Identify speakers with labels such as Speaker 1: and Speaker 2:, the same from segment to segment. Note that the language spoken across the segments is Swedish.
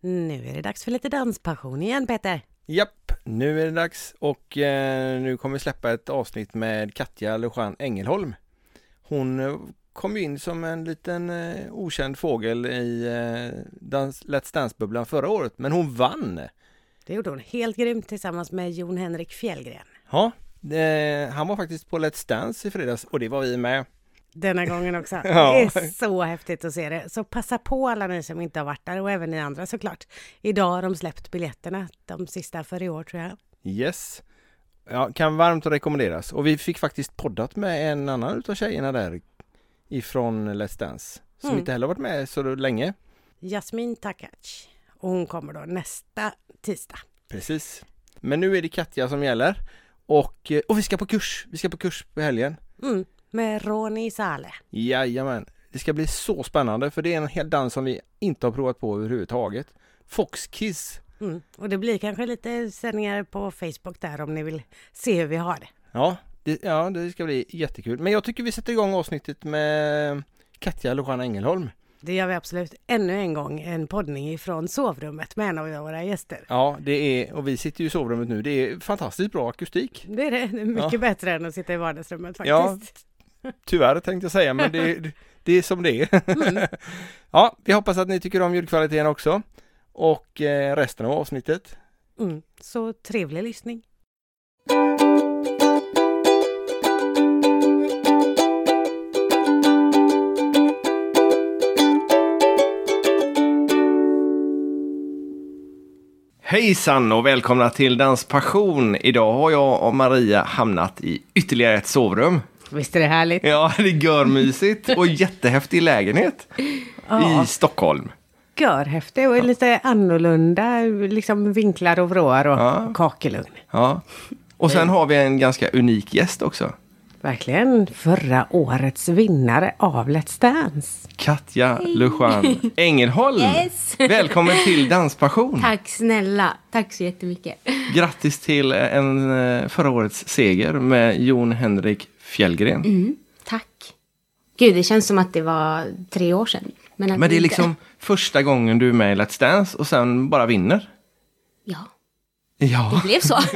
Speaker 1: Nu är det dags för lite danspassion igen Peter.
Speaker 2: Japp, nu är det dags och eh, nu kommer vi släppa ett avsnitt med Katja Lujan Engelholm. Hon eh, kom ju in som en liten eh, okänd fågel i eh, dans, Let's Dance-bubblan förra året, men hon vann!
Speaker 1: Det gjorde hon helt grymt tillsammans med Jon Henrik Fjällgren.
Speaker 2: Ja, eh, han var faktiskt på Let's Dance i fredags och det var vi med.
Speaker 1: Denna gången också.
Speaker 2: Ja.
Speaker 1: Det är så häftigt att se det. Så passa på alla ni som inte har varit där och även ni andra såklart. Idag har de släppt biljetterna, de sista för i år tror jag.
Speaker 2: Yes! Ja, kan varmt rekommenderas och vi fick faktiskt poddat med en annan utav tjejerna där ifrån Let's Dance som
Speaker 1: Mm.
Speaker 2: inte heller varit med så länge.
Speaker 1: Jasmin Takac. Och hon kommer då nästa tisdag.
Speaker 2: Precis. Men nu är det Katja som gäller. Och, eh, och vi ska på kurs! Vi ska på kurs på helgen.
Speaker 1: Mm. Med Roni Saleh.
Speaker 2: Jajamän. Det ska bli så spännande för det är en hel dans som vi inte har provat på överhuvudtaget. Foxkiss.
Speaker 1: Mm. Och det blir kanske lite sändningar på Facebook där om ni vill se hur vi har det.
Speaker 2: Ja det, ja, det ska bli jättekul. Men jag tycker vi sätter igång avsnittet med Katja Lujan Engelholm.
Speaker 1: Det gör vi absolut. Ännu en gång en poddning ifrån sovrummet med en av våra gäster.
Speaker 2: Ja, det är, och vi sitter ju i sovrummet nu. Det är fantastiskt bra akustik.
Speaker 1: Det är det. Det är mycket bättre än att sitta i vardagsrummet
Speaker 2: Ja.
Speaker 1: faktiskt.
Speaker 2: Tyvärr tänkte jag säga, men det, det är som det är.
Speaker 3: Mm.
Speaker 2: ja, vi hoppas att ni tycker om ljudkvaliteten också. Och eh, resten av avsnittet.
Speaker 1: Mm. Så trevlig lyssning.
Speaker 2: Hejsan och välkomna till Danspassion. Idag har jag och Maria hamnat i ytterligare ett sovrum.
Speaker 1: Visst är det härligt?
Speaker 2: Ja, det är görmysigt och jättehäftig lägenhet i Stockholm.
Speaker 1: Görhäftig och lite annorlunda liksom vinklar och vrår och
Speaker 2: Ja.
Speaker 1: kakelugn.
Speaker 2: Ja. Och sen har vi en ganska unik gäst också.
Speaker 1: Verkligen förra årets vinnare av Let's Dance.
Speaker 2: Katja Lujan Engelholm.
Speaker 3: Yes.
Speaker 2: Välkommen till Danspassion.
Speaker 3: Tack snälla. Tack så jättemycket.
Speaker 2: Grattis till en, eh, förra årets seger med Jon Henrik Fjällgren.
Speaker 3: Mm. Tack. Gud, det känns som att det var tre år sedan. Men, att
Speaker 2: Men det är
Speaker 3: inte-
Speaker 2: liksom första gången du är med i Let's Dance och sen bara vinner.
Speaker 3: Ja,
Speaker 2: Ja,
Speaker 3: det blev så.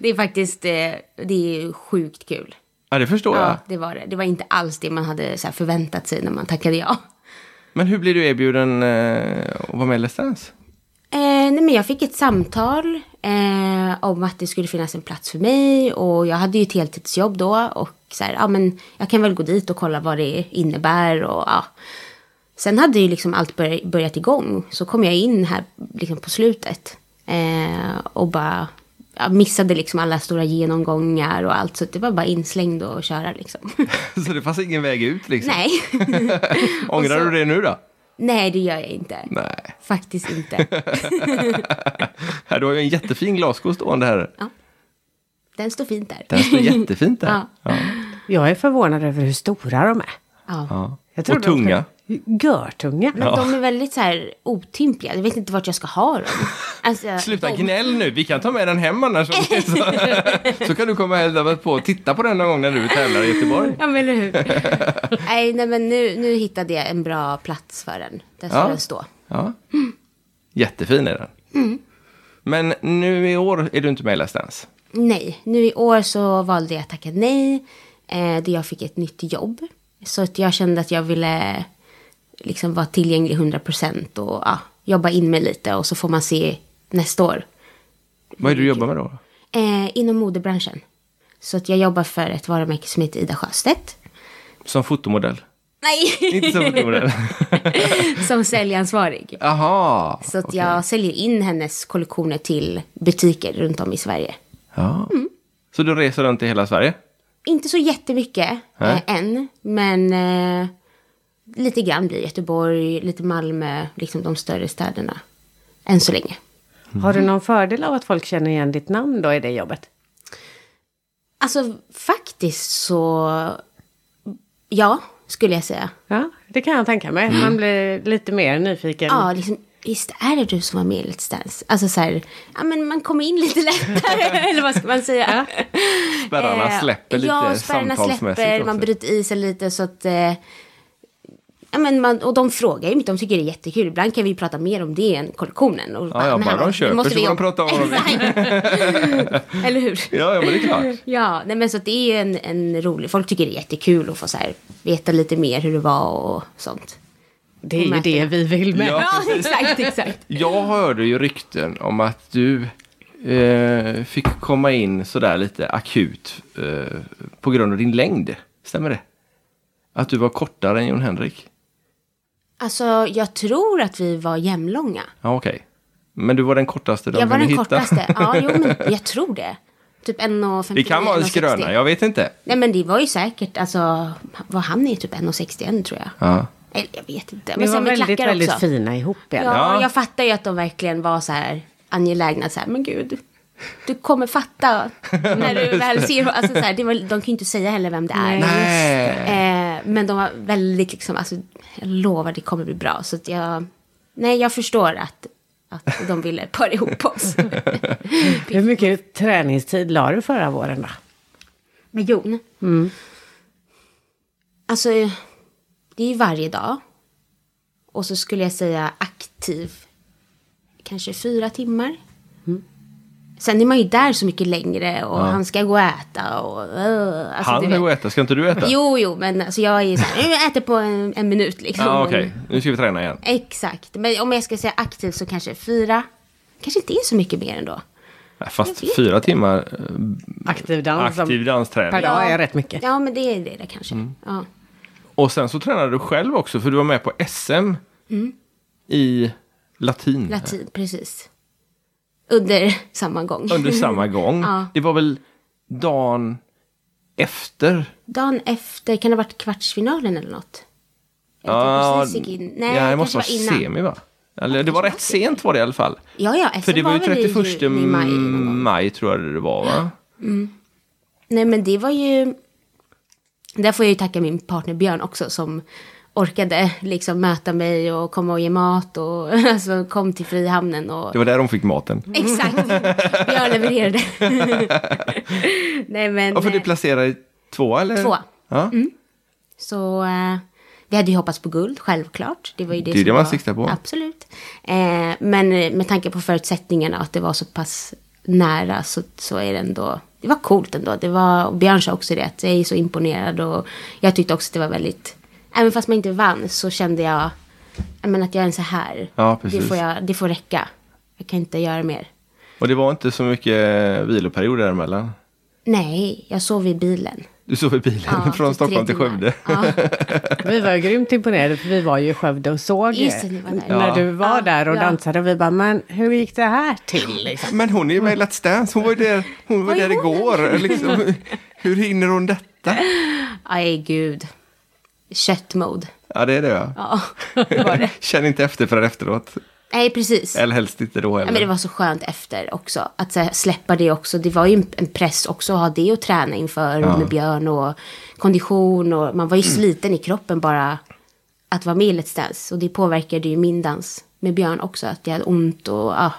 Speaker 3: det är faktiskt eh, det är sjukt kul.
Speaker 2: ja det förstår jag.
Speaker 3: Ja, det var det. Det var inte alls det man hade så här förväntat sig när man tackade ja.
Speaker 2: Men hur blir du erbjuden eh, att vara med i Let's Dance?
Speaker 3: Eh, nej men jag fick ett samtal eh, om att det skulle finnas en plats för mig och jag hade ju ett heltidsjobb då och så här, ja men jag kan väl gå dit och kolla vad det innebär och ja. Sen hade ju liksom allt börj- börjat igång så kom jag in här liksom på slutet eh, och bara ja, missade liksom alla stora genomgångar och allt så det var bara inslängd och köra liksom.
Speaker 2: Så det fanns ingen väg ut liksom?
Speaker 3: nej.
Speaker 2: Ångrar
Speaker 3: Och så-
Speaker 2: du det nu då?
Speaker 3: nej, det gör jag inte.
Speaker 2: Nej.
Speaker 3: Faktiskt inte.
Speaker 2: Här, du har ju en jättefin glasko stående här.
Speaker 3: Den står fint där.
Speaker 2: Den står jättefint där. Ja.
Speaker 1: Jag är förvånad över hur stora de är.
Speaker 3: Ja.
Speaker 2: Ja.
Speaker 1: Jag
Speaker 2: Och
Speaker 1: trodde de
Speaker 2: tunga.
Speaker 1: skulle- Görtunga.
Speaker 3: Men de är väldigt så här otympliga. Jag vet inte vart jag ska ha dem. Alltså,
Speaker 2: Sluta
Speaker 3: de-
Speaker 2: gnäll nu, vi kan ta med den hem annars. om det är Så, så kan du komma och på och titta på den någon gång när du tävlar i Göteborg.
Speaker 3: Ja, men eller hur? nej, nej, men nu, nu hittade jag en bra plats för den. Där ska
Speaker 2: Ja.
Speaker 3: den stå.
Speaker 2: Ja. Jättefin är den.
Speaker 3: Mm.
Speaker 2: Men nu i år är du inte med i Let's Dance.
Speaker 3: Nej, nu i år så valde jag att tacka nej. Eh, då jag fick ett nytt jobb. Så att jag kände att jag ville liksom vara tillgänglig 100% och ja, jobba in mig lite. Och så får man se nästa år.
Speaker 2: Vad är det du jobbar med då?
Speaker 3: Eh, inom modebranschen. Så att jag jobbar för ett varumärke som heter Ida Sjöstedt.
Speaker 2: Som fotomodell?
Speaker 3: Nej!
Speaker 2: Inte som fotomodell?
Speaker 3: som säljansvarig.
Speaker 2: Jaha!
Speaker 3: Så att jag säljer in hennes kollektioner till butiker runt om i Sverige.
Speaker 2: Ja.
Speaker 3: Mm.
Speaker 2: Så du reser runt i hela Sverige?
Speaker 3: Inte så jättemycket
Speaker 2: Nej.
Speaker 3: eh, än, men eh, lite grann blir Göteborg, lite Malmö, liksom de större städerna. Än så länge.
Speaker 2: Mm.
Speaker 1: Har du någon fördel av att folk känner igen ditt namn då i det jobbet?
Speaker 3: Alltså faktiskt så, ja, skulle jag säga.
Speaker 1: Ja, det kan jag tänka mig.
Speaker 2: Mm.
Speaker 1: Man blir lite mer nyfiken.
Speaker 3: Ja, liksom, visst är det du som var med i Let's Dance? Alltså så här, ja men man kommer in lite lättare, eller vad ska man säga?
Speaker 2: Spärrarna
Speaker 3: Eh,
Speaker 2: släpper lite
Speaker 3: Ja, spärrarna
Speaker 2: samtalsmässigt
Speaker 3: släpper,
Speaker 2: också.
Speaker 3: man bryter isen lite så att eh, ja, men man, och de frågar ju mycket, de tycker det är jättekul. Ibland kan vi prata mer om det än kollektionen. Och
Speaker 2: Ja, ja,
Speaker 3: men
Speaker 2: bara
Speaker 3: hallå,
Speaker 2: de köper
Speaker 3: det
Speaker 2: så får de
Speaker 3: jobba-
Speaker 2: prata om det.
Speaker 3: Exakt. Eller hur?
Speaker 2: Ja, ja, men det är klart.
Speaker 3: Ja, nej, men så att det är en, en rolig, folk tycker det är jättekul att få så här, veta lite mer hur det var och sånt.
Speaker 1: Det är ju det vi vill med.
Speaker 2: Ja.
Speaker 3: Ja, exakt, exakt.
Speaker 2: Jag hörde ju rykten om att du eh, fick komma in sådär lite akut eh, på grund av din längd. Stämmer det? Att du var kortare än Jon Henrik?
Speaker 3: Alltså, jag tror att vi var jämlånga.
Speaker 2: Ja, okej. Men du var den kortaste de
Speaker 3: jag var
Speaker 2: kunde
Speaker 3: den
Speaker 2: hitta.
Speaker 3: kortaste. Ja, jo, men jag tror det. Typ 1,59.
Speaker 2: Det kan vara en
Speaker 3: 1,60.
Speaker 2: skröna, jag vet inte.
Speaker 3: Nej, men det var ju säkert, alltså, vad han är typ 1,61 tror jag.
Speaker 2: Ja.
Speaker 3: Eller jag vet inte.
Speaker 1: Ni
Speaker 3: Men
Speaker 1: var
Speaker 3: sen med
Speaker 1: väldigt,
Speaker 3: klackar
Speaker 1: väldigt
Speaker 3: också.
Speaker 1: fina ihop.
Speaker 3: Ja,
Speaker 1: Ja.
Speaker 2: Ja.
Speaker 3: jag fattar ju att de verkligen var så här angelägna. Så här, men gud, du kommer fatta när du väl ser. Alltså, så här, det var, de kan ju inte säga heller vem det är.
Speaker 2: Nej.
Speaker 3: Eh, men de var väldigt liksom, alltså, jag lovar det kommer bli bra. Så att jag, nej jag förstår att, att de ville para ihop oss.
Speaker 1: Hur mycket träningstid la du förra våren då?
Speaker 3: Med Jon?
Speaker 1: Mm.
Speaker 3: Alltså, det är ju varje dag. Och så skulle jag säga aktiv, kanske fyra timmar.
Speaker 1: Mm.
Speaker 3: Sen är man ju där så mycket längre och han ska gå och äta och... Uh, alltså,
Speaker 2: Han
Speaker 3: du
Speaker 2: är
Speaker 3: vet.
Speaker 2: och äta, ska inte du äta?
Speaker 3: Jo, jo, men alltså jag är så här, jag äter på en, en minut liksom.
Speaker 2: Ja, Ah, okej. Nu ska vi träna igen.
Speaker 3: Exakt, men om jag ska säga aktiv så kanske fyra. Kanske inte är så mycket mer ändå.
Speaker 2: Nej, Fast
Speaker 3: Jag vet
Speaker 2: fyra timmar eh,
Speaker 1: Aktiv dans? som-
Speaker 2: aktiv dansträning.
Speaker 1: Per dag är rätt mycket.
Speaker 3: Ja, men det är det där kanske.
Speaker 2: Mm.
Speaker 3: Ja.
Speaker 2: Och sen så tränade du själv också, för du var med på SM
Speaker 3: Mm.
Speaker 2: i latin.
Speaker 3: Latin, precis. Under samma gång.
Speaker 2: Under samma gång.
Speaker 3: Ja.
Speaker 2: Det var väl dagen efter?
Speaker 3: Dagen efter, kan det ha varit kvartsfinalen eller något? Jag vet inte,
Speaker 2: Ja,
Speaker 3: precis gick in. Nej,
Speaker 2: ja,
Speaker 3: det
Speaker 2: det måste vara
Speaker 3: kanske var innan.
Speaker 2: semi va? Eller det var rätt sent var det i alla fall.
Speaker 3: Ja, ja,
Speaker 2: För det var ju mm. 31
Speaker 3: juni, maj. någon gång.
Speaker 2: maj tror jag det var va?
Speaker 3: Nej, men det var ju... Där får jag ju tacka min partner Björn också som orkade liksom möta mig och komma och ge mat och alltså, kom till Frihamnen och
Speaker 2: Det var där de fick maten.
Speaker 3: Exakt. Jag levererade. Nej men.
Speaker 2: Ja, för du
Speaker 3: eh,
Speaker 2: placerade i tvåa eller?
Speaker 3: Tvåa.
Speaker 2: Ja.
Speaker 3: Mm. Så eh, vi hade ju hoppats på guld, självklart. Det var ju det,
Speaker 2: Det är
Speaker 3: som
Speaker 2: det man
Speaker 3: var-
Speaker 2: siktar på.
Speaker 3: Absolut. Eh, men eh, med tanke på förutsättningarna och att det var så pass nära så, så är det ändå, det var coolt ändå. Det var, och Björn sa också det, att jag är så imponerad och jag tyckte också att det var väldigt, även fast man inte vann så kände jag, jag menar, att jag är så här.
Speaker 2: Ja,
Speaker 3: det,
Speaker 2: precis.
Speaker 3: får jag, det får räcka. Jag kan inte göra mer.
Speaker 2: Och det var inte så mycket viloperiod däremellan.
Speaker 3: Nej, jag sov i bilen.
Speaker 2: Du sov i bilen
Speaker 3: Ja,
Speaker 2: från
Speaker 3: typ
Speaker 2: Stockholm
Speaker 3: tre
Speaker 2: till Skövde.
Speaker 3: timmar. Ja.
Speaker 1: Vi var ju grymt imponerade för vi var ju i Skövde och såg
Speaker 3: Just det,
Speaker 1: er
Speaker 3: ni var där.
Speaker 1: när
Speaker 2: Ja.
Speaker 1: du var
Speaker 3: Ja,
Speaker 1: där och
Speaker 3: ja.
Speaker 1: dansade. Och vi bara, men hur gick det här till? Liksom.
Speaker 2: Men hon är ju med i Let's Dance, hon var ju där, hon var
Speaker 3: Var är
Speaker 2: där
Speaker 3: hon?
Speaker 2: igår. Liksom. Hur hinner hon detta?
Speaker 3: Aj, gud. Köttmode.
Speaker 2: Ja, det är det ja.
Speaker 3: Ja.
Speaker 2: Känn inte efter förrän efteråt.
Speaker 3: Nej, precis.
Speaker 2: Eller helst inte då
Speaker 3: Ja, men det
Speaker 2: heller.
Speaker 3: var så skönt efter också. Att så här, släppa det också. Det var ju en- en press också att ha det att träna inför med Björn och kondition. Och man
Speaker 2: Mm.
Speaker 3: var ju sliten i kroppen bara att vara med i Let's Dance. Och det påverkade ju min dans med Björn också. Att jag hade ont och ja,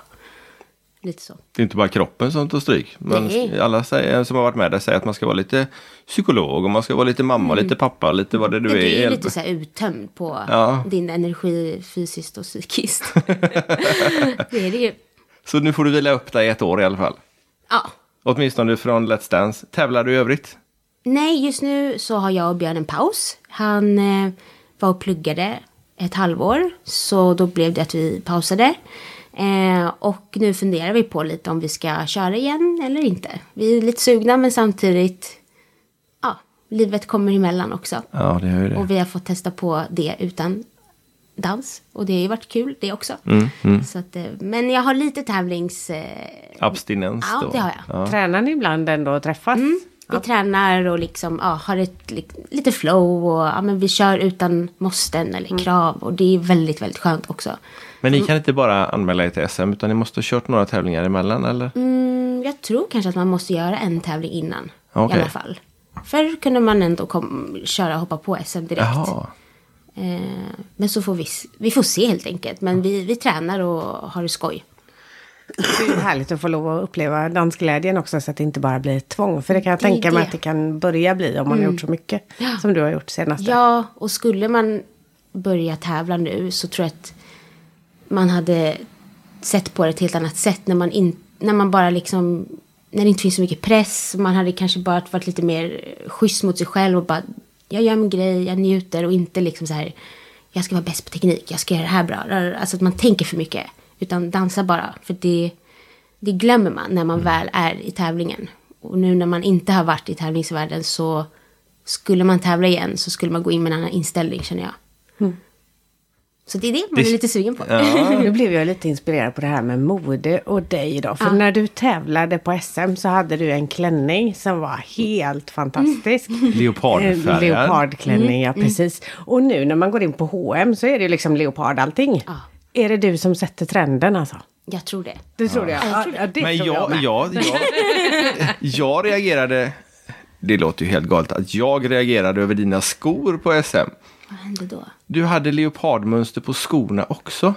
Speaker 3: lite så.
Speaker 2: Det är inte bara kroppen som tar stryk. Men
Speaker 3: Nej.
Speaker 2: alla säger, som har varit med där säger att man ska vara lite psykolog och man ska vara lite mamma, lite pappa, lite vad det
Speaker 3: Du
Speaker 2: nu är.
Speaker 3: Mm. är ju
Speaker 2: Hjälp.
Speaker 3: lite så här uttömd på
Speaker 2: Ja.
Speaker 3: din energi fysiskt och psykiskt. det är det ju.
Speaker 2: Så nu får du vila upp dig ett år i alla fall.
Speaker 3: Ja.
Speaker 2: Åtminstone från Let's Dance. Tävlar du i övrigt?
Speaker 3: Nej, just nu så har jag och Björn en paus. Han eh, var och pluggade ett halvår, så då blev det att vi pausade. Eh, och nu funderar vi på lite om vi ska köra igen eller inte. Vi är lite sugna, men samtidigt, ja, livet kommer emellan också.
Speaker 2: Ja, det gör ju
Speaker 3: Och vi har fått testa på det utan dans. Och det har ju varit kul det också. Så att, eh, men jag har lite tävlings... Eh,
Speaker 2: Abstinens
Speaker 3: ja,
Speaker 2: då.
Speaker 3: det har jag.
Speaker 1: Tränar ni ibland ändå och träffas?
Speaker 3: Vi tränar och liksom, ja, har ett, li- lite flow och ja, men vi kör utan måsten eller
Speaker 2: Mm.
Speaker 3: krav. Och det är väldigt, väldigt skönt också.
Speaker 2: Men
Speaker 3: Mm.
Speaker 2: ni kan inte bara anmäla er till SM utan ni måste ha kört några tävlingar emellan eller?
Speaker 3: Mm, jag tror kanske att man måste göra en tävling innan.
Speaker 2: Okej.
Speaker 3: I alla fall. Förr kunde man ändå kom, köra och hoppa på SM direkt.
Speaker 2: Jaha.
Speaker 3: Eh, men så får vi, s- vi får se helt enkelt. Men vi, vi tränar och har det skoj.
Speaker 1: Det är ju härligt att få lov att uppleva dansglädjen också så att det inte bara blir ett tvång. För det kan jag
Speaker 3: Det är Mm.
Speaker 1: tänka mig
Speaker 3: det.
Speaker 1: att det kan börja bli om man har gjort så mycket som du har gjort senaste.
Speaker 3: Ja, och skulle man börja tävla nu så tror jag att man hade sett på det ett helt annat sätt när man, in, när man bara liksom när det inte finns så mycket press. Man hade kanske bara varit lite mer schysst mot sig själv och bara jag gör min grej, jag njuter och inte liksom så här jag ska vara bäst på teknik, jag ska göra det här bra. Alltså att man tänker för mycket. Utan dansa bara. För det, det glömmer man när man väl är i tävlingen. Och nu när man inte har varit i tävlingsvärlden så skulle man tävla igen så skulle man gå in med en annan inställning känner jag. Så det är det man är
Speaker 2: Det-
Speaker 3: lite sugen på.
Speaker 1: Nu blev jag lite inspirerad på det här med mode och dig idag. För när du tävlade på SM så hade du en klänning som var helt fantastisk.
Speaker 3: Mm.
Speaker 2: Leopardfärgad.
Speaker 1: Eh, Leopardklänning, ja precis. Och nu när man går in på H&M så är det ju liksom leopard allting.
Speaker 3: Ja.
Speaker 1: Är det du som sätter trenden alltså?
Speaker 3: Jag tror det.
Speaker 1: Du tror det? Ja, ja det
Speaker 2: Men
Speaker 1: tror jag,
Speaker 2: jag,
Speaker 1: med.
Speaker 2: jag, jag, jag reagerade, det låter ju helt galet, att jag reagerade över dina skor på SM.
Speaker 3: Vad hände då?
Speaker 2: Du hade leopardmönster på skorna också.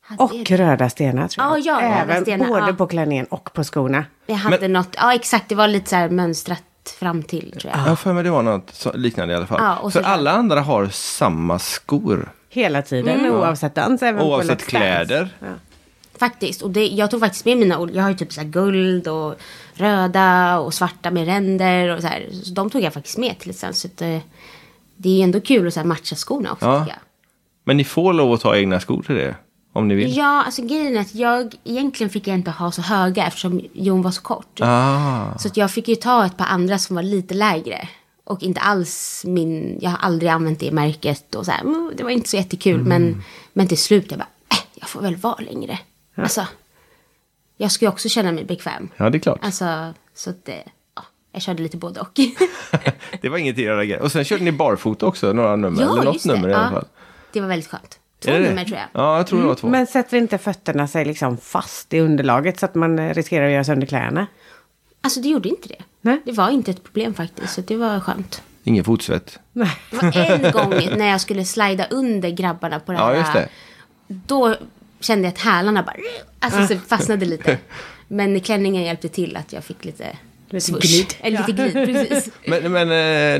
Speaker 3: Hade
Speaker 1: Och
Speaker 3: jag-
Speaker 1: röda stenar tror jag.
Speaker 3: Ja, ja, röda
Speaker 1: Även
Speaker 3: stenar,
Speaker 1: både
Speaker 3: ja.
Speaker 1: på klänningen och på skorna.
Speaker 3: jag hade något, ja exakt, det var lite så här mönstrat fram till tror jag.
Speaker 2: Jag har för mig det var något så- liknande i alla fall.
Speaker 3: Ja, och så-
Speaker 2: för alla andra har samma skor.
Speaker 1: Hela tiden,
Speaker 3: Mm.
Speaker 1: oavsett dans. Även på
Speaker 2: Oavsett
Speaker 1: Let's Dance.
Speaker 2: kläder.
Speaker 3: Faktiskt, och det, jag tog faktiskt med mina ord. Jag har ju typ så här guld och röda och svarta med ränder och så här. Så de tog jag faktiskt med till exempel. Så att, eh, det är ju ändå kul att så här matcha skorna också
Speaker 2: Ja.
Speaker 3: tycker jag.
Speaker 2: Men ni får lov att ta egna skor till det. Om ni vill.
Speaker 3: Ja, alltså grejen är att jag egentligen fick jag inte ha så höga eftersom Jon var så kort.
Speaker 2: Ah,
Speaker 3: Så att jag fick ju ta ett par andra som var lite lägre. Och inte alls min, jag har aldrig använt det märket och så här, mm, det var inte så jättekul. Men, men till slut jag bara, äh, jag får väl vara längre. Alltså, jag ska ju också känna mig bekväm.
Speaker 2: ja, det är klart.
Speaker 3: Alltså, så att det, ja, jag körde lite både och.
Speaker 2: det var inget jag reagerade. Och sen körde ni barfota också, några nummer. eller något nummer i alla fall.
Speaker 3: det var väldigt skönt. Två
Speaker 2: Är det det?
Speaker 3: nummer tror jag. Mm.
Speaker 2: Ja, jag tror det var två.
Speaker 1: Men sätter inte fötterna sig liksom fast i underlaget så att man eh, riskerar att göra sönder kläderna?
Speaker 3: Alltså det gjorde inte det.
Speaker 1: Nej.
Speaker 3: Det var inte ett problem faktiskt, så det var skönt.
Speaker 2: Ingen fotsvett.
Speaker 1: Nej.
Speaker 3: Det var en gång när jag skulle slida under grabbarna på det här.
Speaker 2: Ja, just det.
Speaker 3: Då kände jag att hälarna bara... Alltså så fastnade lite. Men klänningen hjälpte till att jag fick lite...
Speaker 1: Lite
Speaker 3: swoosh.
Speaker 1: glid.
Speaker 3: Eller lite glid, precis.
Speaker 2: Men, men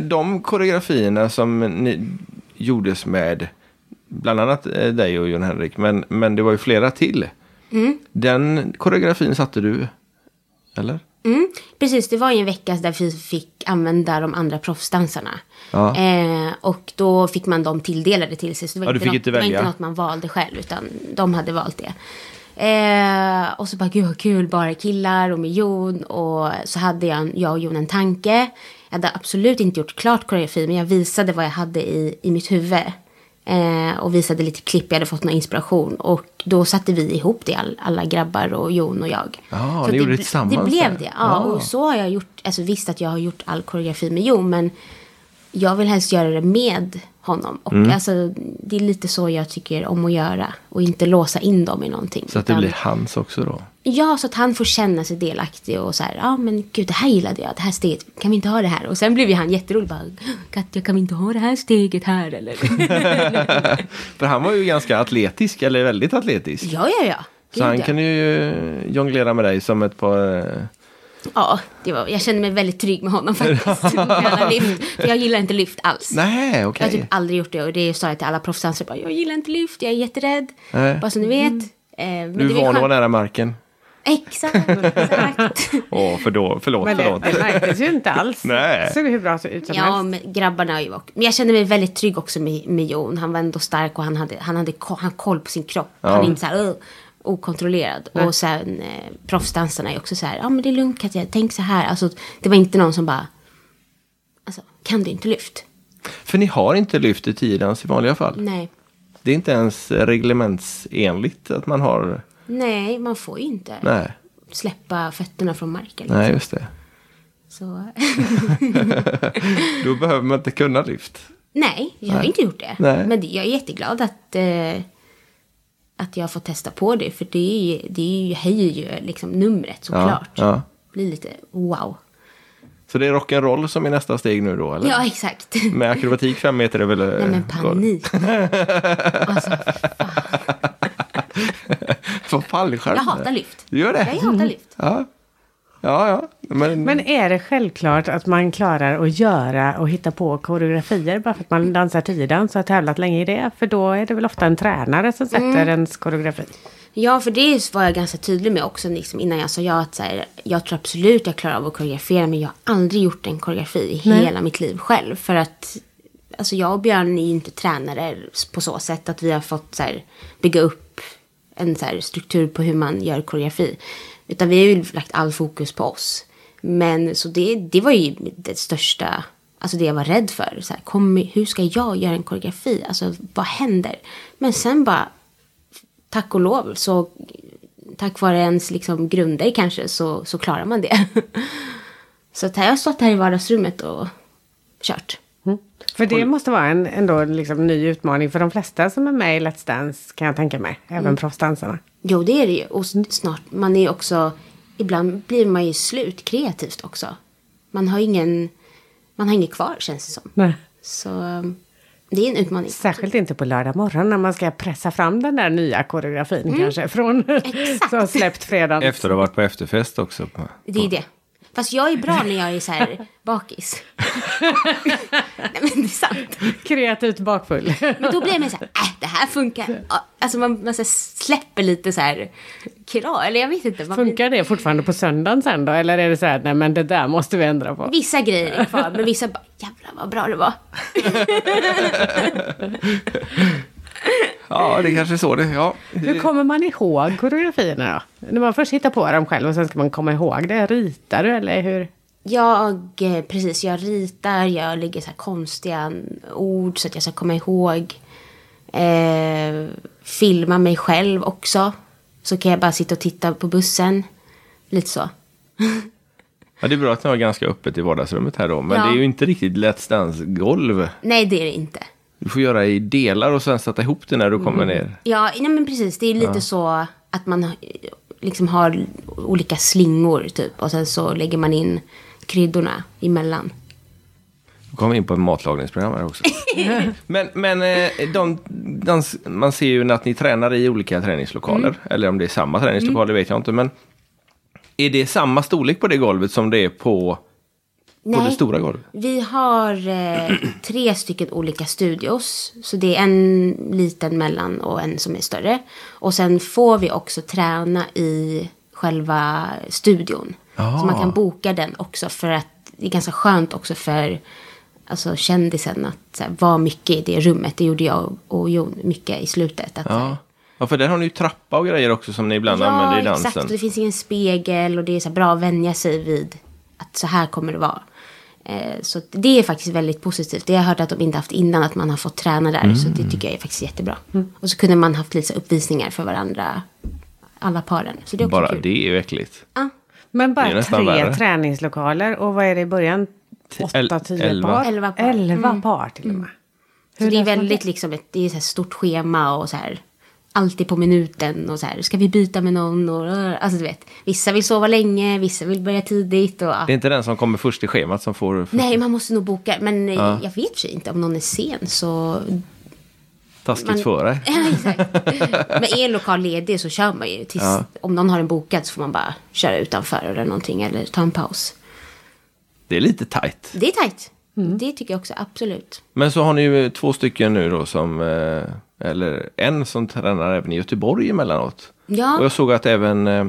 Speaker 2: eh, de koreografierna som ni gjordes med bland annat eh, dig och Jon Henrik, men, men det var ju flera till.
Speaker 3: Mm.
Speaker 2: Den koreografin satte du, eller?
Speaker 3: Mm, precis, det var ju en vecka där vi fick använda de andra proffsdansarna.
Speaker 2: Ja.
Speaker 3: Eh, och då fick man dem tilldelade till sig. Så det var,
Speaker 2: Ja, du
Speaker 3: inte,
Speaker 2: fick
Speaker 3: något,
Speaker 2: inte
Speaker 3: det var
Speaker 2: välja.
Speaker 3: inte något man valde själv, utan de hade valt det. Eh, och så bara, gud vad kul, bara killar och med Jon. Och så hade jag, en- jag och Jon en tanke. Jag hade absolut inte gjort klart koreografi, men jag visade vad jag hade i, i mitt huvud. Eh, och visade lite klipp, jag hade fått någon inspiration. Och då satte vi ihop det, all, alla grabbar och Jon och jag.
Speaker 2: Ja,
Speaker 3: Så
Speaker 2: ni
Speaker 3: det,
Speaker 2: gjorde det
Speaker 3: bl-
Speaker 2: tillsammans
Speaker 3: Det blev
Speaker 2: där.
Speaker 3: det, ja.
Speaker 2: Ja.
Speaker 3: Och så har jag gjort, alltså visst att jag har gjort all koreografi med Jon, men jag vill helst göra det med honom. Och
Speaker 2: Mm.
Speaker 3: alltså, det är lite så jag tycker om att göra. Och inte låsa in dem i någonting.
Speaker 2: Så att det
Speaker 3: utan-
Speaker 2: blir hans också då.
Speaker 3: Ja, så att han får känna sig delaktig och så här, ja men gud det här gillade jag, det här steget, kan vi inte ha det här? Och sen blev ju han jätterolig, bara, Katja kan vi inte ha det här steget här eller?
Speaker 2: För han var ju ganska atletisk, eller väldigt atletisk.
Speaker 3: ja, ja, ja.
Speaker 2: Så han
Speaker 3: ja.
Speaker 2: kan ju jonglera med dig som ett par... eh,
Speaker 3: ja det var, jag kände mig väldigt trygg med honom faktiskt. med alla lyft, för jag gillar inte lyft alls.
Speaker 2: Nej,
Speaker 3: Jag
Speaker 2: okej.
Speaker 3: har typ aldrig gjort det och det sa jag till alla proffsdansare. bara, Jag gillar inte lyft, jag är jätterädd.
Speaker 2: Nej.
Speaker 3: Bara så ni vet. Eh, men
Speaker 2: Du
Speaker 3: det
Speaker 2: är van att
Speaker 3: skönt.
Speaker 2: vara nära marken.
Speaker 3: Exakt, exakt.
Speaker 2: Åh, för då, förlåt,
Speaker 1: Men det,
Speaker 2: förlåt.
Speaker 1: det märktes ju inte alls.
Speaker 2: Nej.
Speaker 1: Det såg hur bra ut som
Speaker 3: ja,
Speaker 1: helst.
Speaker 3: men grabbarna är ju också. Men jag kände mig väldigt trygg också med, med Jon. Han var ändå stark och han hade, han hade ko- han koll på sin kropp. Han är inte så här "Ugh", okontrollerad. Och sen eh, proffsdansarna är också så här, ja men det är lugnt Katja, tänk så här. Alltså, det var inte någon som bara, alltså kan du inte lyft?
Speaker 2: För ni har inte lyft i tiodans i vanliga fall.
Speaker 3: Nej.
Speaker 2: Det är inte ens reglementsenligt att man har...
Speaker 3: Nej, man får ju inte
Speaker 2: Nej,
Speaker 3: släppa fötterna från marken.
Speaker 2: nej just det.
Speaker 3: Så,
Speaker 2: Då behöver man inte kunna lyft.
Speaker 3: nej, jag har inte gjort det.
Speaker 2: Nej.
Speaker 3: Men det- jag är jätteglad att, eh, att jag har fått testa på det. För det, är, ju- det är ju, höjer ju liksom numret såklart.
Speaker 2: ja.
Speaker 3: Blir lite wow.
Speaker 2: Så det är rock'n'roll som är nästa steg nu då, eller?
Speaker 3: Ja, exakt.
Speaker 2: Med akrobatik fem meter är väl... eh,
Speaker 3: Nej men
Speaker 2: golv.
Speaker 3: panik. alltså,
Speaker 2: Vad fallskärm.
Speaker 3: Jag hatar lyft.
Speaker 2: Du gör det?
Speaker 3: Jag hatar lyft.
Speaker 2: Ja. Ja, Ja, ja. Men,
Speaker 1: Men är det självklart att man klarar att göra och hitta på koreografier bara för att man dansar tiodans och har tävlat länge i det? För då är det väl ofta en tränare som sätter ens koreografi.
Speaker 3: Ja, för det var jag ganska tydlig med också liksom, innan jag sa ja. Att, så här, jag tror absolut jag klarar av att koreografera men jag har aldrig gjort en koreografi i hela mitt liv själv. För att alltså, jag och Björn är ju inte tränare på så sätt att vi har fått så här, bygga upp en så här, struktur på hur man gör koreografi. Utan vi har ju lagt all fokus på oss. Men så det, det var ju det största, alltså det jag var rädd för. Så här, kom, hur ska jag göra en koreografi? Alltså vad händer? Men sen bara tack och lov så tack vare ens liksom grunder kanske så, så klarar man det. så att här, jag har stått här i vardagsrummet och kört.
Speaker 1: För det måste vara en ändå liksom ny utmaning för de flesta som är med i Let's Dance kan jag tänka mig. Även proffsdansarna.
Speaker 3: Jo, det är det ju. Och s- snart, man är ju också, ibland blir man ju slut kreativt också. Man har ingen, man har inget kvar känns det som.
Speaker 1: Nej.
Speaker 3: Så um, det är en utmaning.
Speaker 1: Särskilt inte på lördag morgon när man ska pressa fram den där nya koreografin
Speaker 3: Mm.
Speaker 1: kanske. Från som har släppt fredagen.
Speaker 2: efter att ha varit på efterfest också. på-
Speaker 3: Det är ju det. Fast jag är bra när jag är så här bakis. Nej men det är sant.
Speaker 1: Kreativt bakfull.
Speaker 3: Men då blir man så här, äh, det här funkar. Ja, Alltså man, man så här släpper lite så här krav, eller jag vet inte. Man,
Speaker 1: Funkar det fortfarande på söndagen sen då? Eller är det så här, nej men det där måste vi ändra på.
Speaker 3: Vissa grejer är kvar, men vissa bara, jävlar vad bra det var.
Speaker 2: Ja, det kanske är så det Ja,
Speaker 1: Hur kommer man ihåg koreografierna då? När man först hittar på dem själv och sen ska man komma ihåg det. Ritar du eller hur?
Speaker 3: Jag, eh, precis, jag ritar, jag lägger så här konstiga ord så att jag ska komma ihåg. Eh, filma mig själv också. Så kan jag bara sitta och titta på bussen. Lite så.
Speaker 2: ja, det är bra att ni har ganska öppet i vardagsrummet här då. Men
Speaker 3: Ja.
Speaker 2: det är ju inte riktigt Let's Dance-golv.
Speaker 3: Nej, det är det inte.
Speaker 2: Du får göra i delar och sen sätta ihop det när du
Speaker 3: Mm.
Speaker 2: kommer ner.
Speaker 3: Ja, nej men precis. Det är lite så att man eh, liksom har olika slingor typ. Och sen så lägger man in kryddorna emellan.
Speaker 2: Du kom in på ett matlagningsprogram här också. men men eh, de, dans, man ser ju att ni tränar i olika träningslokaler.
Speaker 3: Mm.
Speaker 2: Eller om det är samma träningslokal, det vet jag inte. Men är det samma storlek på det golvet som det är på, på det
Speaker 3: Nej.
Speaker 2: stora golvet?
Speaker 3: Vi har eh, tre stycken olika studios. Så det är en liten mellan och en som är större. Och sen får vi också träna i själva studion.
Speaker 2: Ah.
Speaker 3: Så man kan boka den också för att det är ganska skönt också för alltså, kändisen att så här, vara mycket i det rummet. Det gjorde jag och, och Jon mycket i slutet. Att, så här,
Speaker 2: Ja. ja, för där har ni ju trappa och grejer också som ni ibland använder i dansen.
Speaker 3: exakt. Och det finns ingen spegel och det är så här bra att vänja sig vid att så här kommer det vara. Eh, Så att det är faktiskt väldigt positivt. Det har jag hört att de inte haft innan, att man har fått träna där. Så
Speaker 2: Mm.
Speaker 3: det tycker jag är faktiskt jättebra. Och så kunde man haft lite så här uppvisningar för varandra, alla paren. Så det är också
Speaker 2: Bara
Speaker 3: kul.
Speaker 2: det är ju äckligt.
Speaker 3: Ja.
Speaker 1: Men
Speaker 2: Det är
Speaker 1: bara
Speaker 2: nästan
Speaker 1: tre
Speaker 2: värre.
Speaker 1: träningslokaler och vad är det i början? Åtta,
Speaker 2: el-
Speaker 1: tio
Speaker 2: elva.
Speaker 1: par?
Speaker 3: Elva par. Mm.
Speaker 1: Elva par till och med.
Speaker 3: Så det är väldigt liksom ett det är så här stort schema och så här. Alltid på minuten och så här, ska vi byta med någon? Och, alltså du vet, vissa vill sova länge, vissa vill börja tidigt. Och, ja.
Speaker 2: Det är inte den som kommer först i schemat som får...
Speaker 3: Nej, man måste nog boka. Men eh, jag vet ju inte om någon är sen så...
Speaker 2: taskigt
Speaker 3: man-
Speaker 2: före.
Speaker 3: Ja, exakt. Men är en lokal ledig så kör man ju. Tills,
Speaker 2: Ja.
Speaker 3: Om någon har en bokad så får man bara köra utanför eller någonting. Eller ta en paus.
Speaker 2: Det är lite tajt.
Speaker 3: Det är tajt. Det tycker jag också, absolut.
Speaker 2: Men så har ni ju två stycken nu då som... eh, Eller en som tränar även i Göteborg emellanåt.
Speaker 3: Ja.
Speaker 2: Och jag såg att även eh,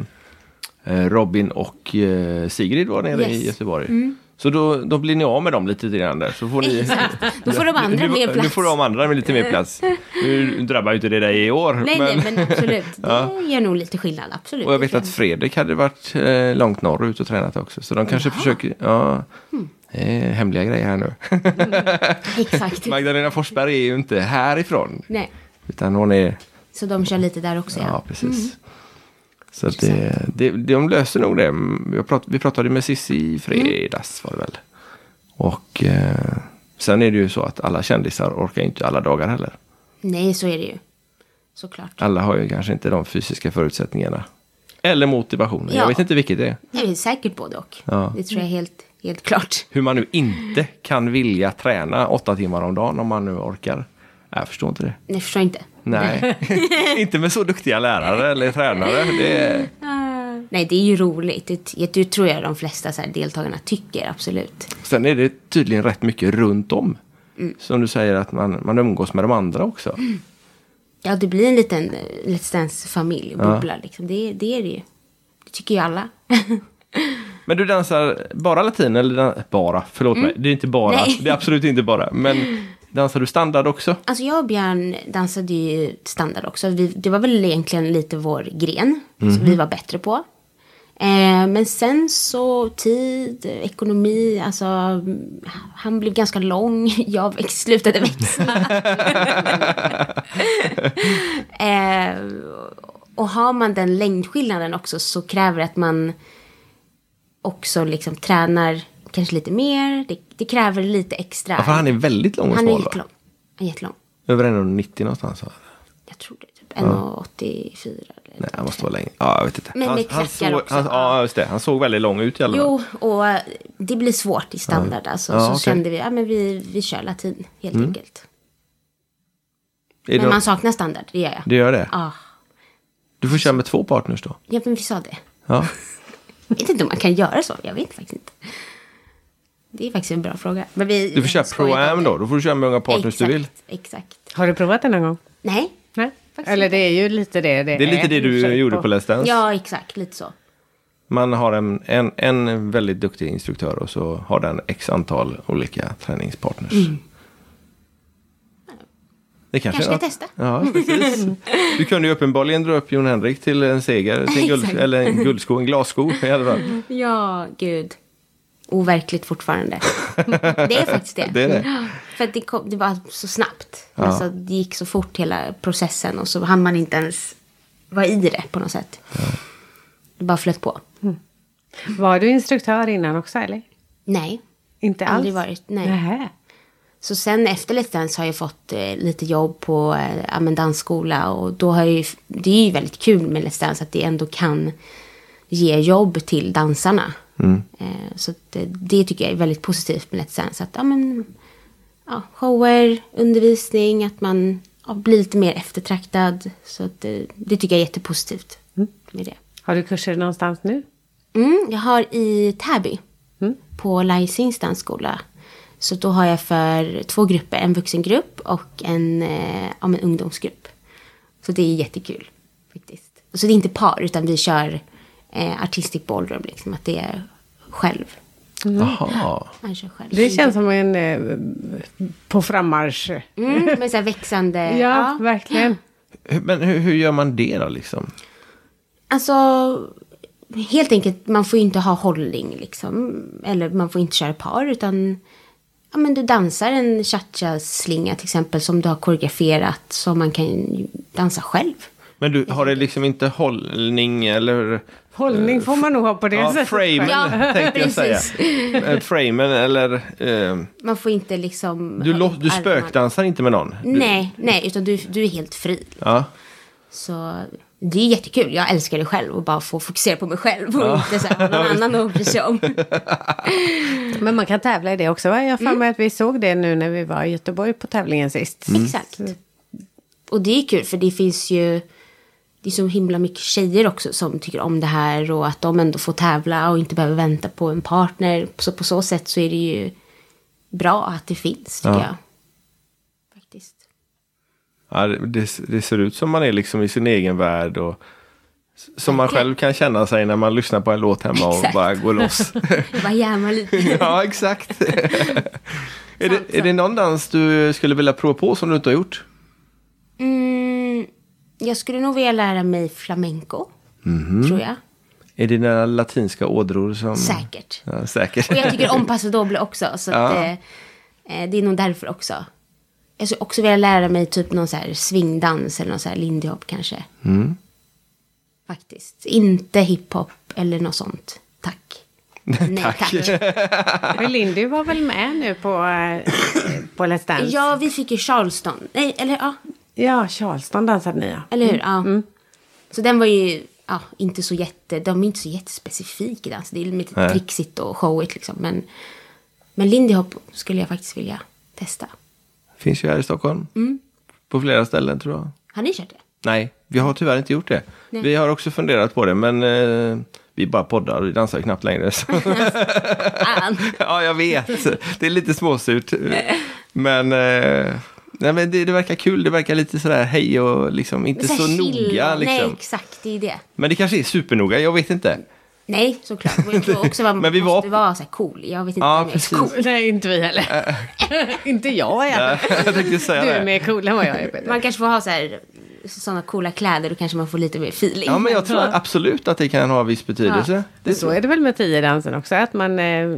Speaker 2: Robin och eh, Sigrid var nere i
Speaker 3: Yes. Mm.
Speaker 2: Göteborg. Så då, då blir ni av med dem lite grann där. Så får ni...
Speaker 3: Exakt. Då får de andra
Speaker 2: nu,
Speaker 3: mer plats.
Speaker 2: Nu får de andra med lite mer plats. Nu drabbar ju inte det dig i år.
Speaker 3: Nej,
Speaker 2: men-
Speaker 3: nej, men absolut. Det gör nog lite skillnad, absolut.
Speaker 2: Och jag
Speaker 3: Det
Speaker 2: vet
Speaker 3: tror
Speaker 2: att Fredrik hade varit eh, långt norrut och tränat också. Så de kanske försöker... Ja,
Speaker 3: Mm.
Speaker 2: eh, hemliga grejer här nu.
Speaker 3: Exakt.
Speaker 2: Magdalena Forsberg är ju inte härifrån.
Speaker 3: Nej.
Speaker 2: Utan hon är...
Speaker 3: Så de kör lite där också,
Speaker 2: Ja,
Speaker 3: ja. Mm.
Speaker 2: precis. Så att det, det, de löser nog det. Mm, Jag prat, vi pratade med Cissi
Speaker 3: Mm.
Speaker 2: i fredags var det väl. Och eh, sen är det ju så att alla kändisar orkar inte alla dagar heller.
Speaker 3: Nej, så är det ju. Såklart.
Speaker 2: Alla har ju kanske inte de fysiska förutsättningarna. Eller motivationen. Jag
Speaker 3: Ja.
Speaker 2: vet inte vilket det är.
Speaker 3: Jag är säkert både och.
Speaker 2: Ja.
Speaker 3: Det tror jag helt, helt klart.
Speaker 2: Hur man nu inte kan vilja träna åtta timmar om dagen om man nu orkar. Jag förstår inte det.
Speaker 3: Jag förstår inte.
Speaker 2: Nej, inte med så duktiga lärare eller tränare. Det är...
Speaker 3: Ah, Nej, det är ju roligt. Det, det tror jag de flesta så här, deltagarna tycker, absolut.
Speaker 2: Sen är det tydligen rätt mycket runt om.
Speaker 3: Mm.
Speaker 2: Som du säger att man, man umgås med de andra också.
Speaker 3: Ja, det blir en liten eh, Let's Dance-familj, bubbla liksom. Det, det är det ju. Det tycker ju alla.
Speaker 2: Men du dansar bara latin eller dan- bara? Förlåt mig, det är inte bara.
Speaker 3: Mm. Nej.
Speaker 2: Det är absolut inte bara. Men dansar du standard också?
Speaker 3: Alltså jag och Björn dansade ju standard också. Vi, det var väl egentligen lite vår gren
Speaker 2: Mhm.
Speaker 3: som vi var bättre på. Eh, men sen så tid, ekonomi, alltså mm, han blev ganska lång, jag väx- slutade växa. eh, och har man den längdskillnaden också så kräver det att man också liksom tränar kanske lite mer. Det, det kräver lite extra.
Speaker 2: Ja, för han är väldigt lång och
Speaker 3: Han är
Speaker 2: smal va?
Speaker 3: jättelång. Han är jättelång.
Speaker 2: Över 1,90 någonstans. va?
Speaker 3: Jag tror det. Typ 1,84 eller
Speaker 2: Nej, han måste vara längre. Ja, jag vet inte.
Speaker 3: Men
Speaker 2: han,
Speaker 3: med
Speaker 2: han,
Speaker 3: klackar
Speaker 2: såg,
Speaker 3: också.
Speaker 2: Han, ja, just det. Han såg väldigt lång ut i alla fall.
Speaker 3: Jo, och eh, det blir svårt i standard alltså.
Speaker 2: Ja,
Speaker 3: så
Speaker 2: okej.
Speaker 3: kände vi, ja men vi, vi kör latin helt enkelt.
Speaker 2: Är det
Speaker 3: Men man
Speaker 2: något-
Speaker 3: saknar standard, det gör jag.
Speaker 2: Du gör det?
Speaker 3: Ja,
Speaker 2: Du får köra med två partners då?
Speaker 3: ja men vi sa det.
Speaker 2: Ja.
Speaker 3: Jag vet inte om man kan göra så, jag vet faktiskt inte. Det är faktiskt en bra fråga. Men vi,
Speaker 2: Du får köra
Speaker 3: skojade om
Speaker 2: pro-am
Speaker 3: det.
Speaker 2: då? Då får du köra med hur många partners
Speaker 3: exakt,
Speaker 2: du vill.
Speaker 3: Exakt.
Speaker 1: Har du provat det någon gång?
Speaker 3: Nej,
Speaker 1: Nej?
Speaker 3: Faktiskt
Speaker 1: Eller
Speaker 3: inte.
Speaker 1: det är ju lite det det
Speaker 2: Det är lite
Speaker 3: Eh,
Speaker 2: det
Speaker 1: i och för
Speaker 2: du
Speaker 1: sig.
Speaker 2: gjorde på Let's Dance.
Speaker 3: ja exakt, lite så.
Speaker 2: Man har en, en, en väldigt duktig instruktör och så har den x antal olika träningspartners.
Speaker 3: Mm.
Speaker 2: Det kanske,
Speaker 3: Kanske ska
Speaker 2: är något.
Speaker 3: testa.
Speaker 2: Ja, precis. Du kunde ju uppenbarligen dra upp Jon Henrik till en seger, till en guld,
Speaker 3: Exakt.
Speaker 2: eller en guldsko, en glassko. i alla fall.
Speaker 3: Ja, gud. Overkligt fortfarande. Det är faktiskt det.
Speaker 2: Det är det.
Speaker 3: Ja, För att det, kom, det var så snabbt. Alltså, det gick så fort hela processen och så hann man inte ens vara i det på något sätt. Det bara flöt på.
Speaker 1: Var du instruktör innan också eller?
Speaker 3: Nej,
Speaker 1: Inte alls?
Speaker 3: aldrig varit. Nej.
Speaker 1: Nähä.
Speaker 3: Så sen efter Let's Dance har jag fått eh, lite jobb på eh, ja, men dansskola och då har jag ju, det är ju väldigt kul med Let's Dance att det ändå kan ge jobb till dansarna. Eh, så att det, det tycker jag är väldigt positivt med Let's Dance. Att, ja, men, ja, shower, undervisning, att man ja, blir lite mer eftertraktad. Så att, eh, det tycker jag är jättepositivt med det.
Speaker 1: Har du kurser någonstans nu?
Speaker 3: Mm, jag har i Täby.
Speaker 1: Mm.
Speaker 3: På Lysings dansskola. Så då har jag för två grupper. En vuxengrupp och en, eh, ja, men ungdomsgrupp. Så det är jättekul. faktiskt. Så det är inte par utan vi kör eh, artistic ballroom. Liksom, att det är själv. Mm.
Speaker 2: Jaha.
Speaker 3: Man kör själv.
Speaker 1: Det känns som en eh, på frammarsch.
Speaker 3: Mm, men så här växande.
Speaker 1: Ja, verkligen.
Speaker 2: Hur- Men hur, hur gör man det då liksom?
Speaker 3: Alltså, helt enkelt, man får ju inte ha hållning liksom. Eller man får inte köra par, utan ja, men du dansar en cha-cha-slinga till exempel som du har koreograferat, som man kan ju dansa själv.
Speaker 2: Men du, har det liksom inte hållning eller...
Speaker 1: Hållning får man nog ha på det
Speaker 2: Ja,
Speaker 1: sättet.
Speaker 2: framen
Speaker 3: Ja,
Speaker 2: tänkte jag säga.
Speaker 3: precis.
Speaker 2: Eh, Framen eller... ehm,
Speaker 3: Man får inte liksom...
Speaker 2: Du,
Speaker 3: ha
Speaker 2: lo-
Speaker 3: upp
Speaker 2: du
Speaker 3: armarna.
Speaker 2: spökdansar inte med någon? Du,
Speaker 3: Nej, nej, utan du, du är helt fri.
Speaker 2: Ja.
Speaker 3: Så det är jättekul. Jag älskar det själv och bara få fokusera på mig själv och inte så här, ha någon annan att bry sig om.
Speaker 1: Men man kan tävla i det också. va? Jag har för mig att vi såg det nu när vi var i Göteborg på tävlingen sist.
Speaker 3: Mm. Exakt.
Speaker 1: Mm.
Speaker 3: Och det är kul för det finns ju, det är så himla mycket tjejer också som tycker om det här och att de ändå får tävla och inte behöver vänta på en partner. Så på så sätt så är det ju bra att det finns tycker
Speaker 2: Ja.
Speaker 3: jag. Faktiskt.
Speaker 2: Ja, det- det, det ser ut som man är liksom i sin egen värld och s- som man
Speaker 3: Verkligen.
Speaker 2: själv kan känna sig när man lyssnar på en låt hemma och
Speaker 3: Exakt.
Speaker 2: bara går loss.
Speaker 3: Jag bara jammar lite.
Speaker 2: ja, exakt. är, det, är det någon dans du skulle vilja prova på som du inte har gjort?
Speaker 3: Mm, jag skulle nog vilja lära mig flamenco. Tror jag.
Speaker 2: Är det dina latinska ådror som...
Speaker 3: Säkert.
Speaker 2: Ja, säkert.
Speaker 3: Och jag tycker om Paso Doble också. Så att,
Speaker 2: Ja.
Speaker 3: eh, eh, det är nog därför också. Jag skulle också vilja lära mig typ någon så här swingdans eller någon så här lindy hop kanske.
Speaker 2: Mm.
Speaker 3: Faktiskt. Inte hiphop eller något sånt. Tack. Nej, tack.
Speaker 1: Men Lindy var väl med nu på, eh, på Let's Dance?
Speaker 3: Ja, vi fick ju charleston. Nej, eller ja.
Speaker 1: ja, Charleston dansade ni ja.
Speaker 3: Eller hur? Ja. Så den var ju ja, inte så jätte... De är inte så jättespecifika i dans. Det är lite
Speaker 2: Nej.
Speaker 3: trixigt och showigt liksom. Men, men lindy hop skulle jag faktiskt vilja testa. Mm.
Speaker 2: Finns ju här i Stockholm. På flera ställen tror jag.
Speaker 3: Har ni kört det?
Speaker 2: Nej, vi har tyvärr inte gjort det.
Speaker 3: Nej.
Speaker 2: Vi har också funderat på det, men eh, vi bara poddar och vi dansar ju knappt längre. Så.
Speaker 3: Fan.
Speaker 2: ja, jag vet. Det är lite småsurt. Men, eh, nej, men det, det verkar kul. Det verkar lite sådär hej och liksom inte så,
Speaker 3: här chill.
Speaker 2: noga.
Speaker 3: Nej,
Speaker 2: Liksom.
Speaker 3: exakt. Det är det.
Speaker 2: Men det kanske är supernoga, jag vet inte.
Speaker 3: Nej, såklart. Och jag tror också att man
Speaker 2: Men vi var-
Speaker 3: måste vara så här cool. Jag vet inte
Speaker 2: Ja,
Speaker 3: om jag är så
Speaker 2: precis.
Speaker 3: cool.
Speaker 1: Nej, inte vi heller. inte jag i alla fall.
Speaker 2: jag tänkte säga
Speaker 1: Du är
Speaker 2: det.
Speaker 1: mer cool än vad jag är Peter.
Speaker 3: Man kanske får ha så här, sådana coola kläder, då kanske man får lite mer feeling.
Speaker 2: Ja, men jag tror absolut att det kan ha viss betydelse. Det,
Speaker 1: Så är det väl med tiodansen också, att man eh,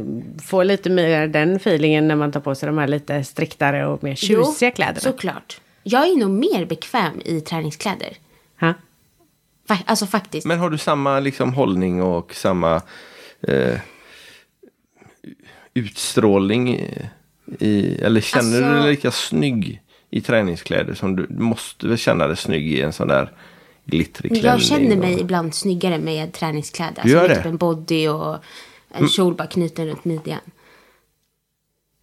Speaker 1: får lite mer den feelingen när man tar på sig de här lite striktare och mer
Speaker 3: Jo,
Speaker 1: tjusiga kläderna.
Speaker 3: såklart. Jag är nog mer bekväm i träningskläder.
Speaker 1: Ha?
Speaker 3: Fa- Alltså faktiskt.
Speaker 2: Men har du samma liksom, hållning och samma eh, utstrålning? I, eller känner du
Speaker 3: Alltså-
Speaker 2: dig lika snygg i träningskläder som du, du måste väl känna dig snygg i en sån där glittrig klänning?
Speaker 3: jag känner mig
Speaker 2: Och,
Speaker 3: ibland snyggare med träningskläder.
Speaker 2: Du gör
Speaker 3: alltså,
Speaker 2: det? Mm.
Speaker 3: med Typ en body och en kjol bara knuten runt midjan.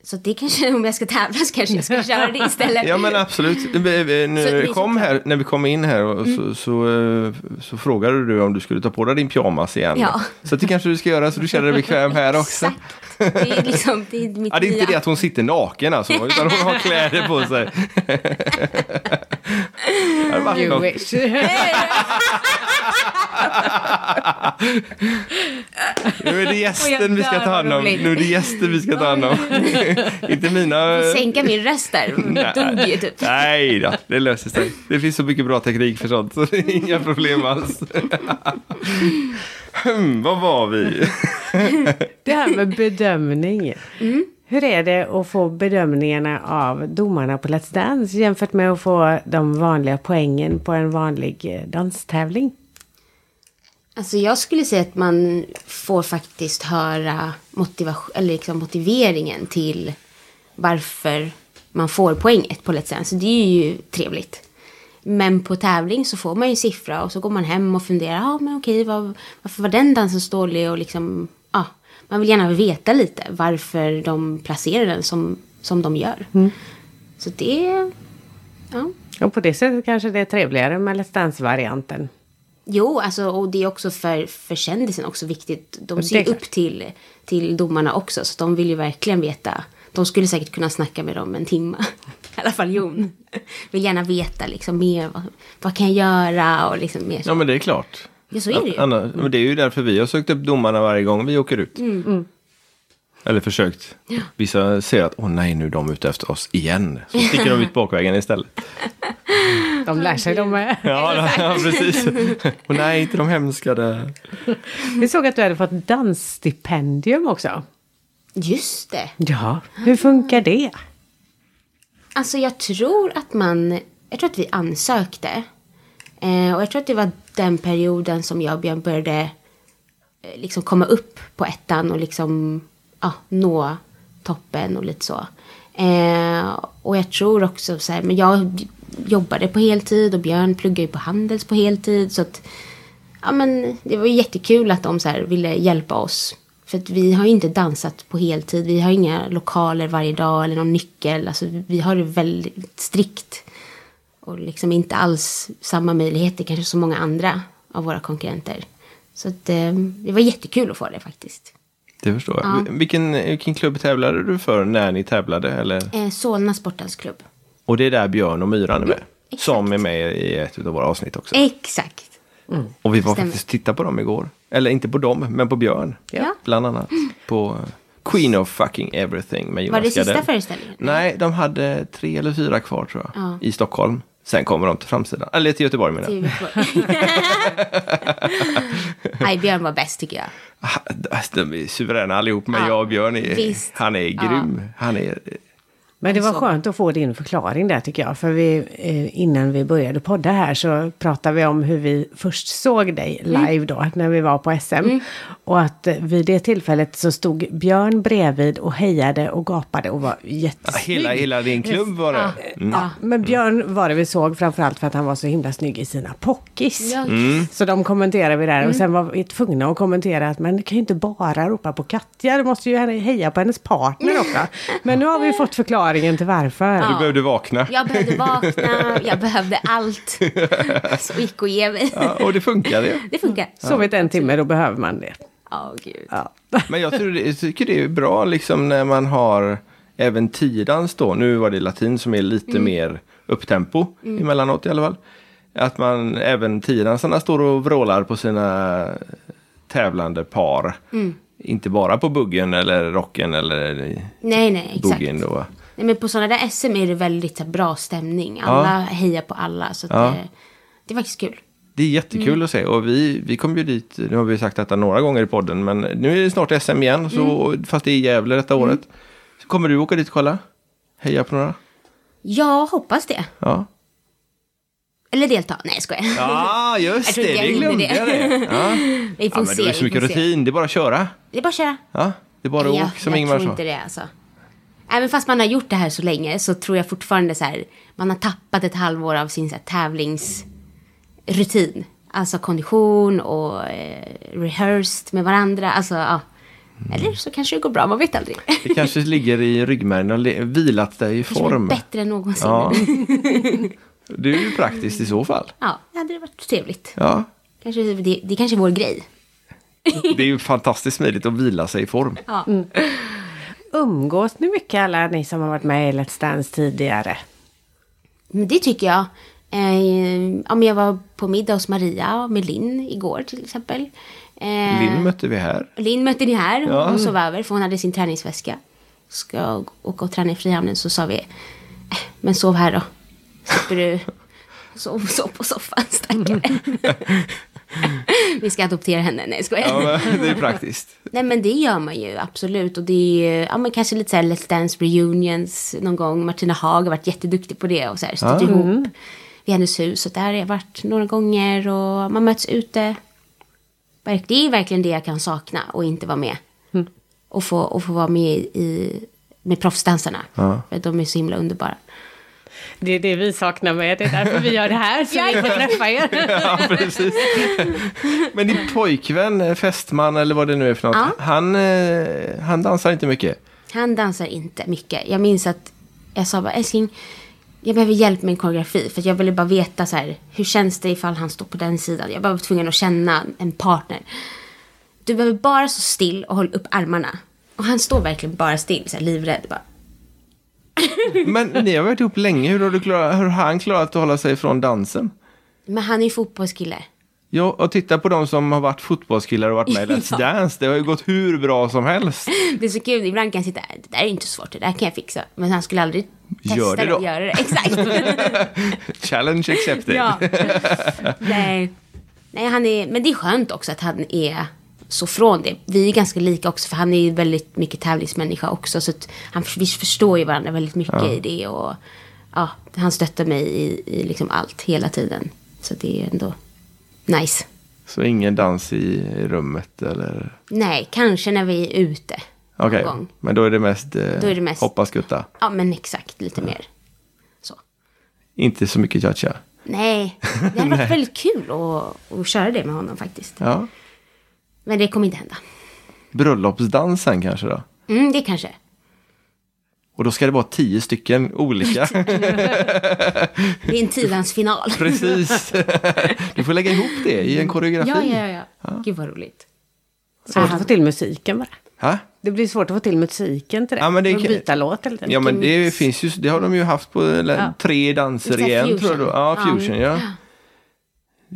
Speaker 3: Så det kanske, om jag ska tävla så kanske jag ska köra det istället.
Speaker 2: ja men absolut. Eh, eh,
Speaker 3: Så Mm.
Speaker 2: När,
Speaker 3: vi
Speaker 2: vi kom
Speaker 3: såklart-
Speaker 2: här, när vi kom in här och så, så, eh, så frågade du om du skulle ta på dig din pyjamas igen.
Speaker 3: Ja.
Speaker 2: Så det kanske du ska göra så du känner dig bekväm här också.
Speaker 3: Exakt. Det är liksom, det är mitt
Speaker 2: Ja, det är inte
Speaker 3: nya.
Speaker 2: det att hon sitter naken alltså, utan hon har kläder på sig. Det hade varit
Speaker 1: You
Speaker 2: något.
Speaker 1: wish.
Speaker 2: Nu är det
Speaker 3: Och jag
Speaker 2: gästen vi ska
Speaker 3: dör,
Speaker 2: ta
Speaker 3: vad
Speaker 2: hand om.
Speaker 3: roligt.
Speaker 2: Nu är det gästen vi ska ta hand om. Inte mina...
Speaker 3: Sänka min röst där. Dog ju typ.
Speaker 2: Nej då, det löser sig. Det finns så mycket bra teknik för sånt, så det är inga problem alls. Hmm, Vad var vi?
Speaker 1: Det här med bedömning. Hur är det att få bedömningarna av domarna på Let's Dance jämfört med att få de vanliga poängen på en vanlig eh, danstävling?
Speaker 3: Alltså jag skulle säga att man får faktiskt höra motivation, eller liksom motiveringen till varför man får poänget på Let's Dance. Så det är ju trevligt. Men på tävling så får man ju en siffra och så går man hem och funderar. Ja, ah, men okej, vad, varför var den dansen så dålig? Och liksom, ja, man vill gärna veta lite varför de placerar den som, som de gör. Så det, ja.
Speaker 1: Och på det sättet kanske det är trevligare med Let's Dance-varianten.
Speaker 3: Jo, alltså, och det är också för, för kändisen också viktigt. De ser
Speaker 1: Det är
Speaker 3: ju
Speaker 1: klart.
Speaker 3: upp till, till domarna också, så de vill ju verkligen veta. De skulle säkert kunna snacka med dem en timme. I alla fall Jon. Vill gärna veta liksom mer. Vad, vad kan jag göra och liksom mer.
Speaker 2: Ja men det är klart.
Speaker 3: Ja, så är det ju.
Speaker 2: Anna, men det är ju därför vi har sökt upp domarna varje gång vi åker ut.
Speaker 3: Mm.
Speaker 2: Eller försökt. Vissa ser att, åh nej nu är de ute efter oss igen. Så sticker de ut bakvägen istället.
Speaker 1: De lär sig de med.
Speaker 2: Ja, då, ja precis. Och nej, inte de hemska där.
Speaker 1: Vi såg att du hade fått dansstipendium också.
Speaker 3: Just det.
Speaker 1: Ja, hur funkar det?
Speaker 3: Alltså jag tror att man, jag tror att vi ansökte. Eh, och jag tror att det var den perioden som jag och Björn började eh, liksom komma upp på ettan och liksom ja, nå toppen och lite så. Eh, och jag tror också så här, men jag jobbade på heltid och Björn pluggade ju på Handels på heltid. Så att, ja men det var ju jättekul att de så här ville hjälpa oss. För att vi har ju inte dansat på heltid, vi har inga lokaler varje dag eller någon nyckel. Alltså vi har det väldigt strikt. Och liksom inte alls samma möjligheter kanske som många andra av våra konkurrenter. Så att, eh, det var jättekul att få det faktiskt.
Speaker 2: Det förstår jag. Vilken, vilken klubb tävlade du för när ni tävlade? Eller?
Speaker 3: Eh, Solna Sportens klubb.
Speaker 2: Och det är där Björn och Myran är
Speaker 3: Mm,
Speaker 2: med. Som är med i ett av våra avsnitt också.
Speaker 3: Exakt.
Speaker 2: Och vi var
Speaker 3: stämmer.
Speaker 2: faktiskt och tittade på dem igår. Eller inte på dem, men på Björn.
Speaker 3: Ja.
Speaker 2: Bland annat. På Queen of fucking everything med Jonas
Speaker 3: Var det sista
Speaker 2: Gardell.
Speaker 3: föreställningen?
Speaker 2: Nej, de hade tre eller fyra kvar tror jag.
Speaker 3: Ja.
Speaker 2: I Stockholm. Sen kommer de till framsidan. Eller till Göteborg menar jag.
Speaker 3: Till Nej, Björn var bäst tycker jag.
Speaker 2: Ah, De är suveräna allihop, men
Speaker 3: Ja,
Speaker 2: jag och Björn är,
Speaker 3: visst.
Speaker 2: han är grym. Han är
Speaker 1: Men det var
Speaker 3: Alltså.
Speaker 1: skönt att få din förklaring där tycker jag. För vi, eh, innan vi började podda här så pratade vi om hur vi först såg dig live då, när vi var på SM. Och att eh, vid det tillfället så stod Björn bredvid och hejade och gapade och var
Speaker 2: Ja,
Speaker 1: jättesnygg.
Speaker 2: Hela, hela din klubb var det.
Speaker 1: Ja, men Björn var det vi såg framförallt för att han var så himla snygg i sina pockis.
Speaker 3: Ja.
Speaker 1: Så de kommenterade vi där och sen var vi tvungna att kommentera att men du kan ju inte bara ropa på Katja, du måste ju heja på hennes partner också. Men nu har vi ju fått förklaringen till varför.
Speaker 2: Du
Speaker 1: Ja.
Speaker 2: behövde vakna.
Speaker 3: Jag behövde vakna, jag behövde allt som gick att ge mig.
Speaker 2: Ja, och det funkade ju.
Speaker 3: Det funkar.
Speaker 1: Sovit en timme, då behöver man det.
Speaker 3: Ja, gud.
Speaker 1: Ja.
Speaker 2: Men jag, tror, det- jag tycker det är bra liksom när man har även tidans då. Nu var det latin som är lite mer upptempo emellanåt i alla fall. Att man även tidansarna står och vrålar på sina tävlande par. Inte bara på buggen eller rocken eller i
Speaker 3: Nej, nej, exakt.
Speaker 2: boogie då.
Speaker 3: Nej, men på sådana där SM är det väldigt så här, bra stämning. Alla hejar på alla. Så att
Speaker 2: Ja.
Speaker 3: det, det är faktiskt kul.
Speaker 2: Det är jättekul att se och vi, vi kom ju dit, nu har vi sagt detta några gånger i podden, men nu är det snart SM igen, så, fast det är i Gävle detta året. Så kommer du åka dit och kolla? Heja på några?
Speaker 3: Jag hoppas det.
Speaker 2: Ja.
Speaker 3: Eller delta. Nej, jag skojar.
Speaker 2: Ja, just
Speaker 3: Jag tror
Speaker 2: det.
Speaker 3: inte
Speaker 2: Det
Speaker 3: jag hinner
Speaker 2: glömde Alltså, jag
Speaker 3: det.
Speaker 2: det. Ja.
Speaker 3: Vi
Speaker 2: Ja,
Speaker 3: får
Speaker 2: men
Speaker 3: se.
Speaker 2: du har så
Speaker 3: vi
Speaker 2: mycket
Speaker 3: får se.
Speaker 2: rutin. Det är bara att köra.
Speaker 3: Det är bara att köra.
Speaker 2: Ja, det är bara att
Speaker 3: jag
Speaker 2: åka som
Speaker 3: jag
Speaker 2: Ingmar
Speaker 3: tror
Speaker 2: sa.
Speaker 3: inte det alltså. Även fast man har gjort det här så länge så tror jag fortfarande så här. Man har tappat ett halvår av sin så här, tävlingsrutin. Alltså kondition och eh, rehearsed med varandra. Alltså, ja.
Speaker 2: Mm.
Speaker 3: Eller så kanske det går bra, man vet aldrig.
Speaker 2: Det kanske ligger i ryggmärgen och le- vilat dig i
Speaker 3: Kanske
Speaker 2: form.
Speaker 3: bättre än någonsin.
Speaker 2: Ja. Det är ju praktiskt i så fall.
Speaker 3: Ja, det hade varit trevligt.
Speaker 2: Ja,
Speaker 3: Kanske, det, det kanske är vår grej.
Speaker 2: det är ju fantastiskt smidigt att vila sig i form.
Speaker 3: Ja.
Speaker 1: Umgås ni mycket alla ni som har varit med i Let's Dance tidigare?
Speaker 3: Men det tycker jag. Eh, ja, men jag var på middag hos Maria och med Linn igår till exempel. Eh,
Speaker 2: Linn mötte vi här.
Speaker 3: Linn mötte ni här. Hon,
Speaker 2: Ja.
Speaker 3: hon sov över för hon hade sin träningsväska. Ska åka och träna i Frihamnen så sa vi, "Eh, men sov här då. Slipper du. Så hon sov på soffan, stackare. vi ska adoptera henne. Nej, jag skojar.
Speaker 2: Ja, men det är praktiskt.
Speaker 3: Nej men det gör man ju absolut och det är ju, ja men kanske lite såhär Let's Dance reunions någon gång. Martina Haag har varit jätteduktig på det och såhär stött
Speaker 2: Ah.
Speaker 3: ihop vid hennes hus och där har jag varit några gånger och man möts ute. Verk- Det är verkligen det jag kan sakna och inte vara med. Och, få, och få vara med i, med proffsdansarna. För att de är så himla underbara.
Speaker 1: Det är det vi saknar med, det är därför vi gör det här, så vi får träffa er.
Speaker 2: Ja, precis. Men din pojkvän, eh, fästman eller vad det nu är för något,
Speaker 3: Ja.
Speaker 2: han, eh, han dansar inte mycket.
Speaker 3: Han dansar inte mycket. Jag minns att jag sa bara älskling, jag behöver hjälp med en koreografi. För att jag ville bara veta så här, hur känns det ifall han står på den sidan? Jag bara var tvungen att känna en partner. Du behöver bara stå still och hålla upp armarna. Och han står verkligen bara still, så här, livrädd. Bara.
Speaker 2: Men ni har varit ihop länge, hur har, du klarat, hur har han klarat att hålla sig från dansen?
Speaker 3: Men han är ju fotbollskille.
Speaker 2: Ja, och titta på de som har varit fotbollskillar och varit med i Let's
Speaker 3: Ja.
Speaker 2: Dance. Det har ju gått hur bra som helst.
Speaker 3: Det är så kul, ibland kan jag sitta här, det där är inte så svårt, det där kan jag fixa. Men han skulle aldrig testa
Speaker 2: Gör det
Speaker 3: det
Speaker 2: då.
Speaker 3: och göra det. Exakt.
Speaker 2: Challenge accepted.
Speaker 3: Ja. Nej. Nej, han är, men det är skönt också att han är så från det. Vi är ganska lika också för han är ju väldigt mycket tävlingsmänniska också. Så att han, vi förstår ju varandra väldigt mycket i det. Och, ja, han stöttar mig i, i liksom allt hela tiden. Så det är ändå nice.
Speaker 2: Så ingen dans i rummet eller...
Speaker 3: Nej, kanske när vi är ute. någon
Speaker 2: Okej,
Speaker 3: gång.
Speaker 2: men då är det mest, eh,
Speaker 3: Då är det mest-
Speaker 2: hoppa skutta.
Speaker 3: Ja, men exakt lite mer. Så.
Speaker 2: Inte så mycket cha-cha.
Speaker 3: Nej, det hade varit väldigt kul att, att köra det med honom faktiskt.
Speaker 2: Ja.
Speaker 3: Men det kommer inte hända.
Speaker 2: Bröllopsdansen kanske då?
Speaker 3: Mm, det kanske.
Speaker 2: Och då ska det vara tio stycken olika.
Speaker 3: Det är en tidans final.
Speaker 2: Precis. Du får lägga ihop det i en koreografi.
Speaker 3: Ja, ja, ja. Gud vad roligt.
Speaker 1: Svårt att få till musiken bara.
Speaker 2: Ha?
Speaker 1: Det blir svårt att få till musiken till det.
Speaker 2: Ja, men det
Speaker 1: Och
Speaker 2: kan-
Speaker 1: byta låt eller
Speaker 2: Ja, men det
Speaker 3: mix.
Speaker 2: finns ju, det har de ju haft på eller, tre danser
Speaker 3: Lite
Speaker 2: igen
Speaker 3: fusion.
Speaker 2: tror jag. då. Ja,
Speaker 3: Ja.
Speaker 2: fusion, ja.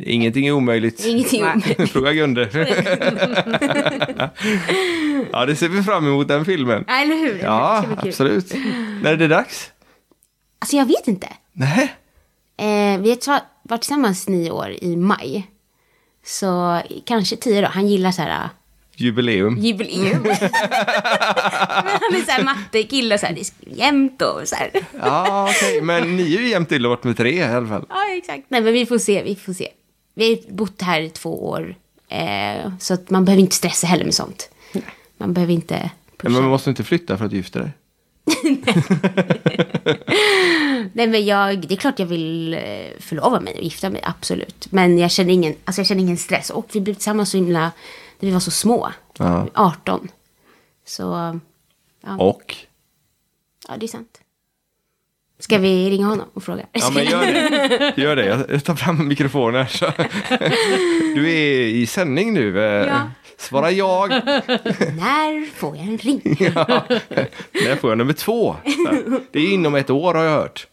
Speaker 2: Ingenting är omöjligt.
Speaker 3: Ingenting om
Speaker 2: Fråga Gunde. ja, det ser vi fram emot den filmen.
Speaker 3: Ja, eller hur? Det
Speaker 2: Ja,
Speaker 3: ska bli kul.
Speaker 2: absolut. När är det dags?
Speaker 3: Alltså jag vet inte.
Speaker 2: Nej.
Speaker 3: Eh, vi har tra- varit tillsammans nio år i maj. Så kanske tio då. Han gillar så här äh,
Speaker 2: Jubileum.
Speaker 3: jubileum. Men han är så här mattekille och så här, det är jämnt och så här.
Speaker 2: Ja, okej. Men ni är ju jämt till med tre i alla fall.
Speaker 3: Ja, exakt. Nej, men vi får se, vi får se. Vi har ju bott här i två år. Eh, så att man behöver inte stressa heller med sånt. Man behöver inte pusha.
Speaker 2: Men man måste inte flytta för att gifta dig.
Speaker 3: Nej men jag, det är klart jag vill eh, förlova mig och gifta mig, absolut. Men jag känner ingen, alltså jag känner ingen stress. Och vi blev tillsammans så himla, när vi var så små.
Speaker 2: Ja.
Speaker 3: 18. Så,
Speaker 2: Och?
Speaker 3: ja det är sant. Ska vi ringa honom och fråga?
Speaker 2: Ja, men gör det. Gör det. Jag- Jag tar fram mikrofonen. här, Så. Du är i sändning nu. eh.
Speaker 3: Ja.
Speaker 2: Svara jag.
Speaker 3: När får jag en ring?
Speaker 2: Ja. När får jag nummer två? Så här. Det är inom ett år har jag hört.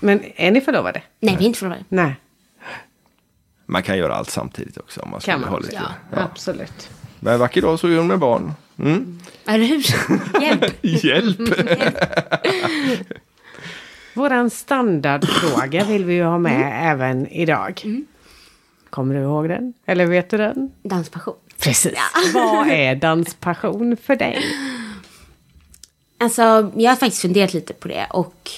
Speaker 1: Men är ni förlovade?
Speaker 3: Nej, vi är inte förlovade.
Speaker 1: Nej,
Speaker 2: Man kan göra allt samtidigt också om man skulle
Speaker 1: kan
Speaker 2: ha
Speaker 1: man.
Speaker 2: lite.
Speaker 1: Ja, absolut.
Speaker 2: Men vacker dag så är hon med barn. Mm.
Speaker 3: Eller hur? Hjälp!
Speaker 2: Hjälp!
Speaker 1: Våran standardfråga vill vi ju ha med även idag. Kommer du ihåg den? Eller vet du den?
Speaker 3: Danspassion.
Speaker 1: Precis. Vad är danspassion för dig?
Speaker 3: Alltså, jag har faktiskt funderat lite på det och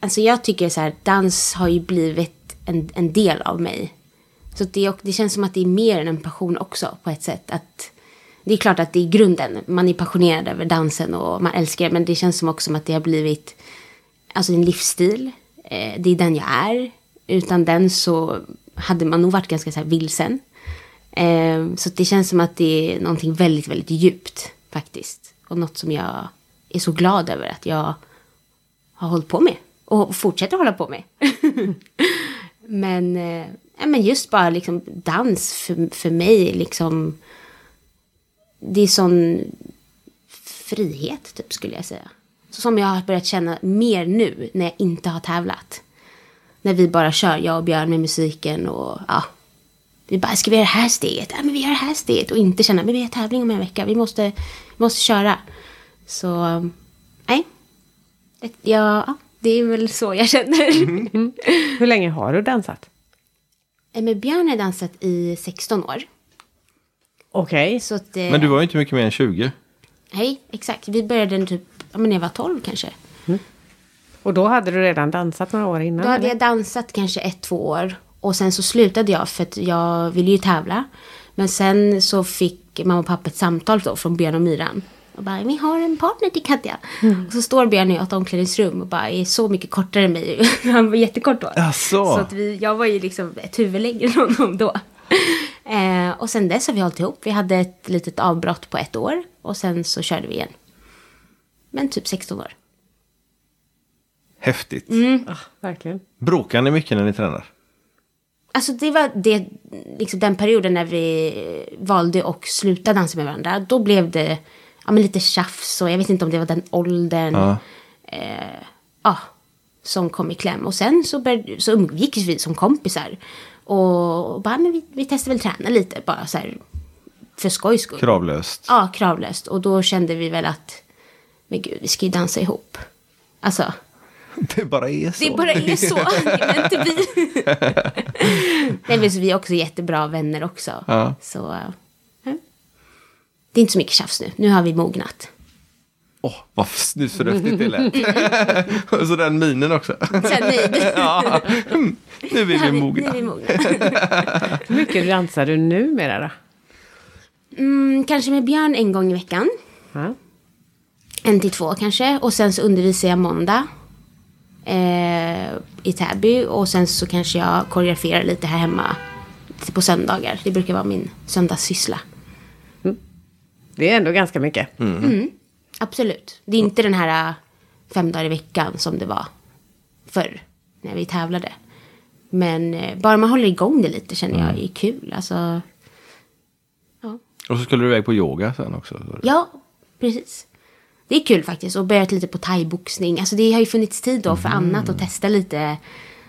Speaker 3: alltså jag tycker så här, dans har ju blivit en, en del av mig. Så att det, och det känns som att det är mer än en passion också på ett sätt. Att, det är klart att det är grunden, man är passionerad över dansen och man älskar det, men det känns som också som att det har blivit alltså en livsstil. Eh, det är den jag är. Utan den så hade man nog varit ganska så här vilsen. Eh, så att det känns som att det är någonting väldigt, väldigt djupt faktiskt. Och något som jag är så glad över att jag har hållit på med. Och fortsätter hålla på med. men, eh, ja, men just bara liksom dans för, för mig liksom. Det är sån frihet typ skulle jag säga. Så som jag har börjat känna mer nu när jag inte har tävlat. När vi bara kör, jag och Björn med musiken och ja. Vi bara, ska vi göra det här steget? Ja, men vi gör det här steget. Och inte känna, men vi har tävling om en vecka. Vi måste, vi måste köra. Så, nej. Ett- Ja, ja, det är väl så jag känner.
Speaker 2: Mm-hmm.
Speaker 1: Hur länge har du dansat?
Speaker 3: Eh, Men Björn har dansat i 16 år.
Speaker 1: Okej,
Speaker 3: Så att, eh,
Speaker 2: Men du var ju inte mycket mer än 20.
Speaker 3: Nej, exakt. Vi började typ, ja men när jag var 12 kanske.
Speaker 1: och då hade du redan dansat några år innan?
Speaker 3: Då hade
Speaker 1: eller?
Speaker 3: jag dansat kanske ett, två år. Och sen så slutade jag för att jag ville ju tävla. Men sen så fick mamma och pappa ett samtal då från Björn och Myran. Och bara, vi har en partner till Katja. Och så står Björn i ett omklädningsrum och bara är så mycket kortare än mig. Han var jättekort då.
Speaker 2: Asså.
Speaker 3: Så att vi, jag var ju liksom ett huvud längre än honom då. Eh, och sen dess har vi hållit ihop. Vi hade ett litet avbrott på ett år. Och sen så körde vi igen. Men typ 16 år.
Speaker 2: Häftigt.
Speaker 1: Ah, verkligen.
Speaker 2: Bråkar ni mycket när ni tränar?
Speaker 3: Alltså det var det, liksom den perioden när vi valde och sluta dansa med varandra. Då blev det ja, men lite tjafs och jag vet inte om det var den åldern
Speaker 2: Ja.
Speaker 3: eh, ja, som kom i kläm. Och sen så, började, så umgicks vi som kompisar. Och, och bara, men vi, vi testade väl träna lite bara så här för skojs skull.
Speaker 2: Kravlöst.
Speaker 3: Ja, kravlöst. Och då kände vi väl att, men gud, vi ska ju dansa ihop. Alltså,
Speaker 2: Det bara är så.
Speaker 3: det bara är så. Det är inte vi. Nej, men så vi är också jättebra vänner också.
Speaker 2: Ja.
Speaker 3: Så, eh, det är inte så mycket tjafs nu. Nu har vi mognat.
Speaker 2: Åh, vad snusförnuftigt det lät. Och så den minen också.
Speaker 3: Så här, nej,
Speaker 2: ja. Mm. Nu
Speaker 3: nu
Speaker 2: är
Speaker 3: har
Speaker 2: vi
Speaker 3: Nu är
Speaker 2: mogna.
Speaker 3: vi mogna.
Speaker 1: Hur mycket dansar du numera då?
Speaker 3: Mm, kanske med Björn en gång i veckan.
Speaker 1: Ja.
Speaker 3: En till två kanske. Och sen så undervisar jag måndag. Eh, I Täby. Och sen så kanske jag koreograferar lite här hemma. Lite på söndagar. Det brukar vara min söndagssyssla.
Speaker 1: Det är ändå ganska mycket.
Speaker 2: Mm.
Speaker 3: Absolut. Det är inte den här äh, fem dagar i veckan som det var förr när vi tävlade. Men eh, bara man håller igång det lite känner jag är kul. Alltså,
Speaker 2: Och så skulle du iväg på yoga sen också. Mm.
Speaker 3: ja, precis. Det är kul faktiskt och börjat lite på thaiboxning. Alltså det har ju funnits tid då för annat att testa lite,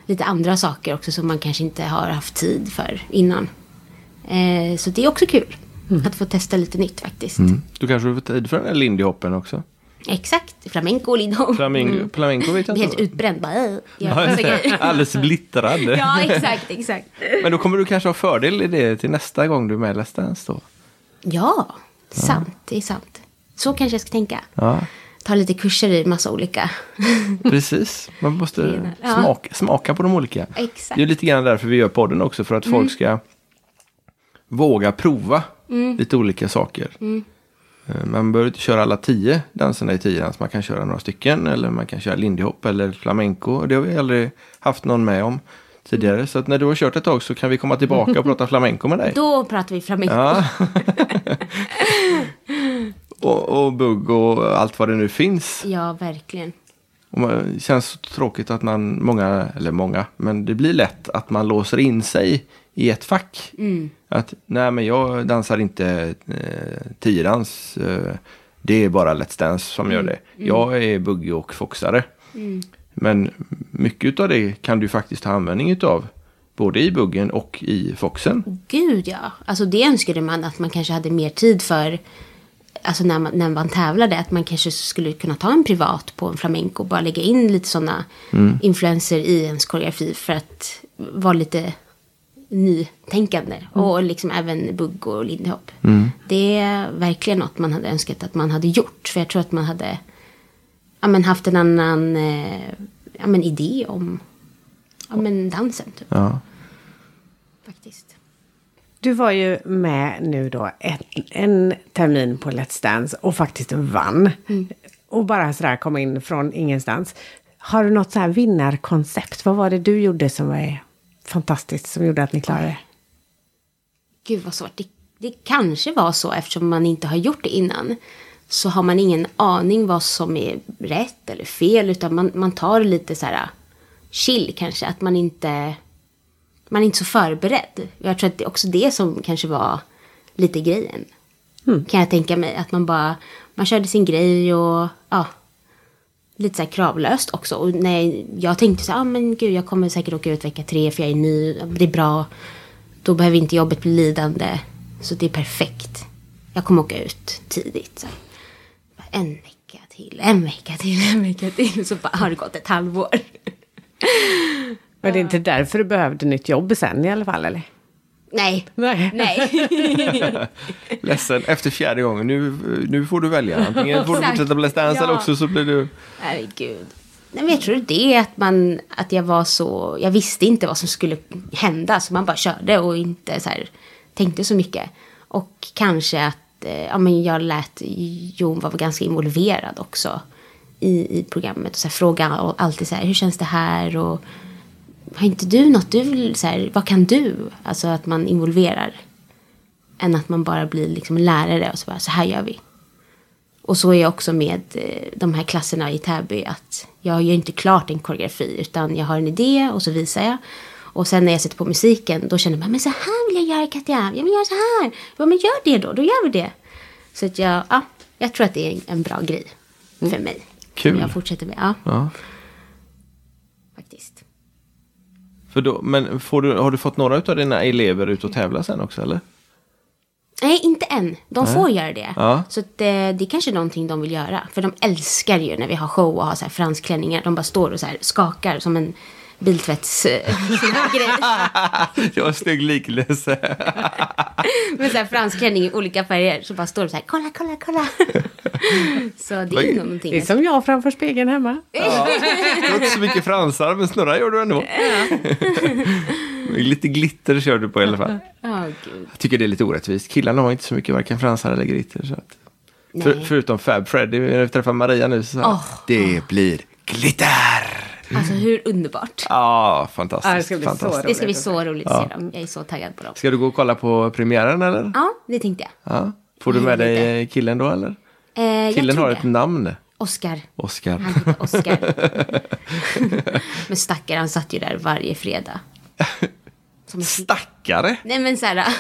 Speaker 3: lite andra saker också som man kanske inte har haft tid för innan. Eh, så det är också kul att få testa lite nytt faktiskt.
Speaker 2: Du kanske får tid för den här lindyhoppen också.
Speaker 3: Exakt, flamenco och lidhopp.
Speaker 2: Flamingo, Flamenco vet jag
Speaker 3: Mm. Helt
Speaker 2: inte.
Speaker 3: utbränd bara. "Äh, gör
Speaker 2: Ja,
Speaker 3: massa grejer."
Speaker 2: Alldeles splittrad.
Speaker 3: Ja, exakt, exakt.
Speaker 2: Men då kommer du kanske ha fördel i det till nästa gång du är med i Let's Dance då.
Speaker 3: Ja, sant. Det är sant. Så kanske jag ska tänka.
Speaker 2: Ja,
Speaker 3: Ta lite kurser i massa olika.
Speaker 2: precis. Man måste
Speaker 3: Ja.
Speaker 2: smaka, smaka på de olika.
Speaker 3: Exakt. Mm.
Speaker 2: Det är lite grann därför vi gör podden också. För att folk ska våga prova
Speaker 3: Mm.
Speaker 2: lite olika saker. Eh, Man behöver inte köra alla tio danserna i tio dans. Man kan köra några stycken. Eller man kan köra lindyhop eller flamenco. Det har vi aldrig haft någon med om tidigare.
Speaker 3: Mm.
Speaker 2: Så att när du har kört ett tag så kan vi komma tillbaka och prata flamenco med dig.
Speaker 3: Då pratar vi flamenco.
Speaker 2: Ja. och, och bugg och allt vad det nu finns.
Speaker 3: Ja, verkligen.
Speaker 2: Och man, det känns så tråkigt att man, många, eller många, men det blir lätt att man låser in sig i ett fack.
Speaker 3: Mm.
Speaker 2: Att nej men jag dansar inte eh, tiodans. Eh, det är bara Let's Dance som gör
Speaker 3: Mm.
Speaker 2: det. Jag är buggy och foxare. Men mycket av det kan du faktiskt ha användning utav. Både i buggen och i foxen.
Speaker 3: Gud ja. Alltså det önskade man att man kanske hade mer tid för. Alltså när man, när man tävlade. Att man kanske skulle kunna ta en privat på en flamenco. Och bara lägga in lite sådana influenser i ens koreografi. För att vara lite nytänkande. Och liksom även bugg och lindhopp. Det är verkligen något man hade önskat att man hade gjort. För jag tror att man hade ja, men haft en annan eh, ja, men idé om ja, men dansen. Typ,
Speaker 2: Ja.
Speaker 3: faktiskt.
Speaker 1: Du var ju med nu då ett, en termin på Let's Dance och faktiskt vann.
Speaker 3: Mm.
Speaker 1: Och bara sådär kom in från ingenstans. Har du något så här vinnarkoncept? Vad var det du gjorde som var fantastiskt, som gjorde att ni klarade det?
Speaker 3: Gud vad svårt. Det, det kanske var så eftersom man inte har gjort det innan. Så har man ingen aning vad som är rätt eller fel. Utan man, man tar det lite så här ah, chill kanske. Att man inte, man är inte så förberedd. Jag tror att det är också det som kanske var lite grejen. Kan jag tänka mig. Att man bara, man körde sin grej och ja. Lite så här kravlöst också. Och när jag, jag tänkte så här, ah, men gud jag kommer säkert åka ut vecka tre för jag är ny. Det är bra. Då behöver inte jobbet bli lidande. Så det är perfekt. Jag kommer åka ut tidigt. Så. här. En vecka till, en vecka till, en vecka till. Så bara, har det gått ett halvår.
Speaker 1: Var det inte därför du behövde nytt jobb sen i alla fall, eller?
Speaker 3: Nej.
Speaker 1: Nej.
Speaker 3: Nej.
Speaker 2: Ledsen, efter fjärde gången. Nu, nu får du välja. Antingen får du
Speaker 3: Exakt.
Speaker 2: fortsätta på Let's Dance eller
Speaker 3: Ja.
Speaker 2: också så blir du...
Speaker 3: Herregud. Nej, men jag tror det är att, man, att jag var så... Jag visste inte vad som skulle hända. Så man bara körde och inte så här, tänkte så mycket. Och kanske att eh, ja, men jag lät Jon vara ganska involverad också i, i programmet. Och så här, fråga alltid så här, hur känns det här? Och har inte du något du vill... Så här, vad kan du? Alltså att man involverar. Än att man bara blir liksom lärare och så bara, så här gör vi. Och så är jag också med eh, de här klasserna i Täby att jag gör inte klart en koreografi utan jag har en idé och så visar jag. Och sen när jag sätter på musiken då känner jag men så här vill jag göra Katja, jag vill göra så här. Ja men gör det då, då gör vi det. Så att jag, ja, jag tror att det är en- en bra grej för mig.
Speaker 2: Kul.
Speaker 3: Som jag fortsätter med, ja
Speaker 2: Ja.
Speaker 3: faktiskt.
Speaker 2: För då, men får du, har du fått några av dina elever ut och tävla sen också eller?
Speaker 3: Nej, inte än. De får göra det.
Speaker 2: Ja.
Speaker 3: Så att, eh, det är kanske är någonting de vill göra. För de älskar ju när vi har show och har så här fransklänningar. De bara står och så här skakar som en biltvätts... eh, sån här grej.
Speaker 2: Det var en snygg liknelse.
Speaker 3: Med så här fransklänning i olika färger. Så bara står de så här, kolla, kolla, kolla. så det är ju någonting.
Speaker 1: Det är som jag framför spegeln hemma.
Speaker 3: Eh.
Speaker 2: Det var inte så mycket fransar men snurra gör du ändå. lite glitter kör du på i alla fall.
Speaker 3: Ja, gud.
Speaker 2: Jag tycker det är lite orättvist. Killarna har inte så mycket varken fransar eller glitter. Så att... För,
Speaker 3: Nej.
Speaker 2: förutom Fab Freddy, när vi träffar Maria nu så här,
Speaker 3: Åh.
Speaker 2: Det blir glitter!
Speaker 3: Alltså hur underbart.
Speaker 2: Ja, fantastiskt.
Speaker 1: Ja, det ska bli så
Speaker 2: fantastiskt.
Speaker 1: roligt.
Speaker 3: Det ska bli så roligt att se dem. Jag är så taggad på dem.
Speaker 2: Ska du gå och kolla på premiären eller?
Speaker 3: Ja, det tänkte jag.
Speaker 2: Ja. Får du med dig killen då eller?
Speaker 3: Eh, jag
Speaker 2: Killen
Speaker 3: tror
Speaker 2: har
Speaker 3: det.
Speaker 2: ett namn.
Speaker 3: Oscar.
Speaker 2: Oscar.
Speaker 3: Han heter Oscar. men stackare, han satt ju där varje fredag. Som en...
Speaker 2: Stackare!
Speaker 3: Nej men såhär,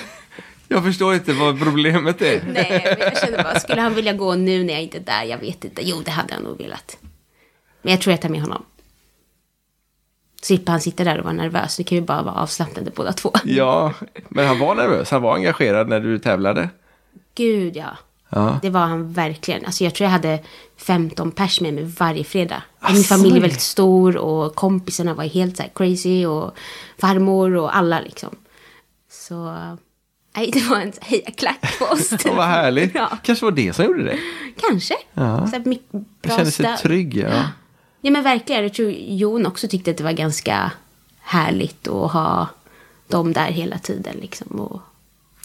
Speaker 2: Jag förstår inte vad problemet är.
Speaker 3: nej men jag känner bara, skulle han vilja gå nu när jag inte är där? Jag vet inte. Jo, det hade han nog velat. Men jag tror jag tar med honom. Slipper han sitta där och vara nervös. Nu kan vi bara vara avslappnade båda två.
Speaker 2: Ja, men han var nervös. Han var engagerad när du tävlade.
Speaker 3: Gud ja.
Speaker 2: Ja.
Speaker 3: Det var han verkligen. Alltså jag tror jag hade 15 pers med mig varje fredag.
Speaker 2: Ah,
Speaker 3: Min familj är väldigt stor och kompisarna var helt så här crazy och farmor och alla liksom. Så, nej det var en hejaklack på oss.
Speaker 2: Och vad härligt.
Speaker 3: Ja,
Speaker 2: Kanske var det som gjorde det.
Speaker 3: kanske.
Speaker 2: Ja.
Speaker 3: Så här, mycket bra
Speaker 2: Jag kände sig
Speaker 3: stöd.
Speaker 2: trygg. Ja.
Speaker 3: Ja men verkligen. Jag tror Jon också tyckte att det var ganska härligt att ha dem där hela tiden liksom. Och,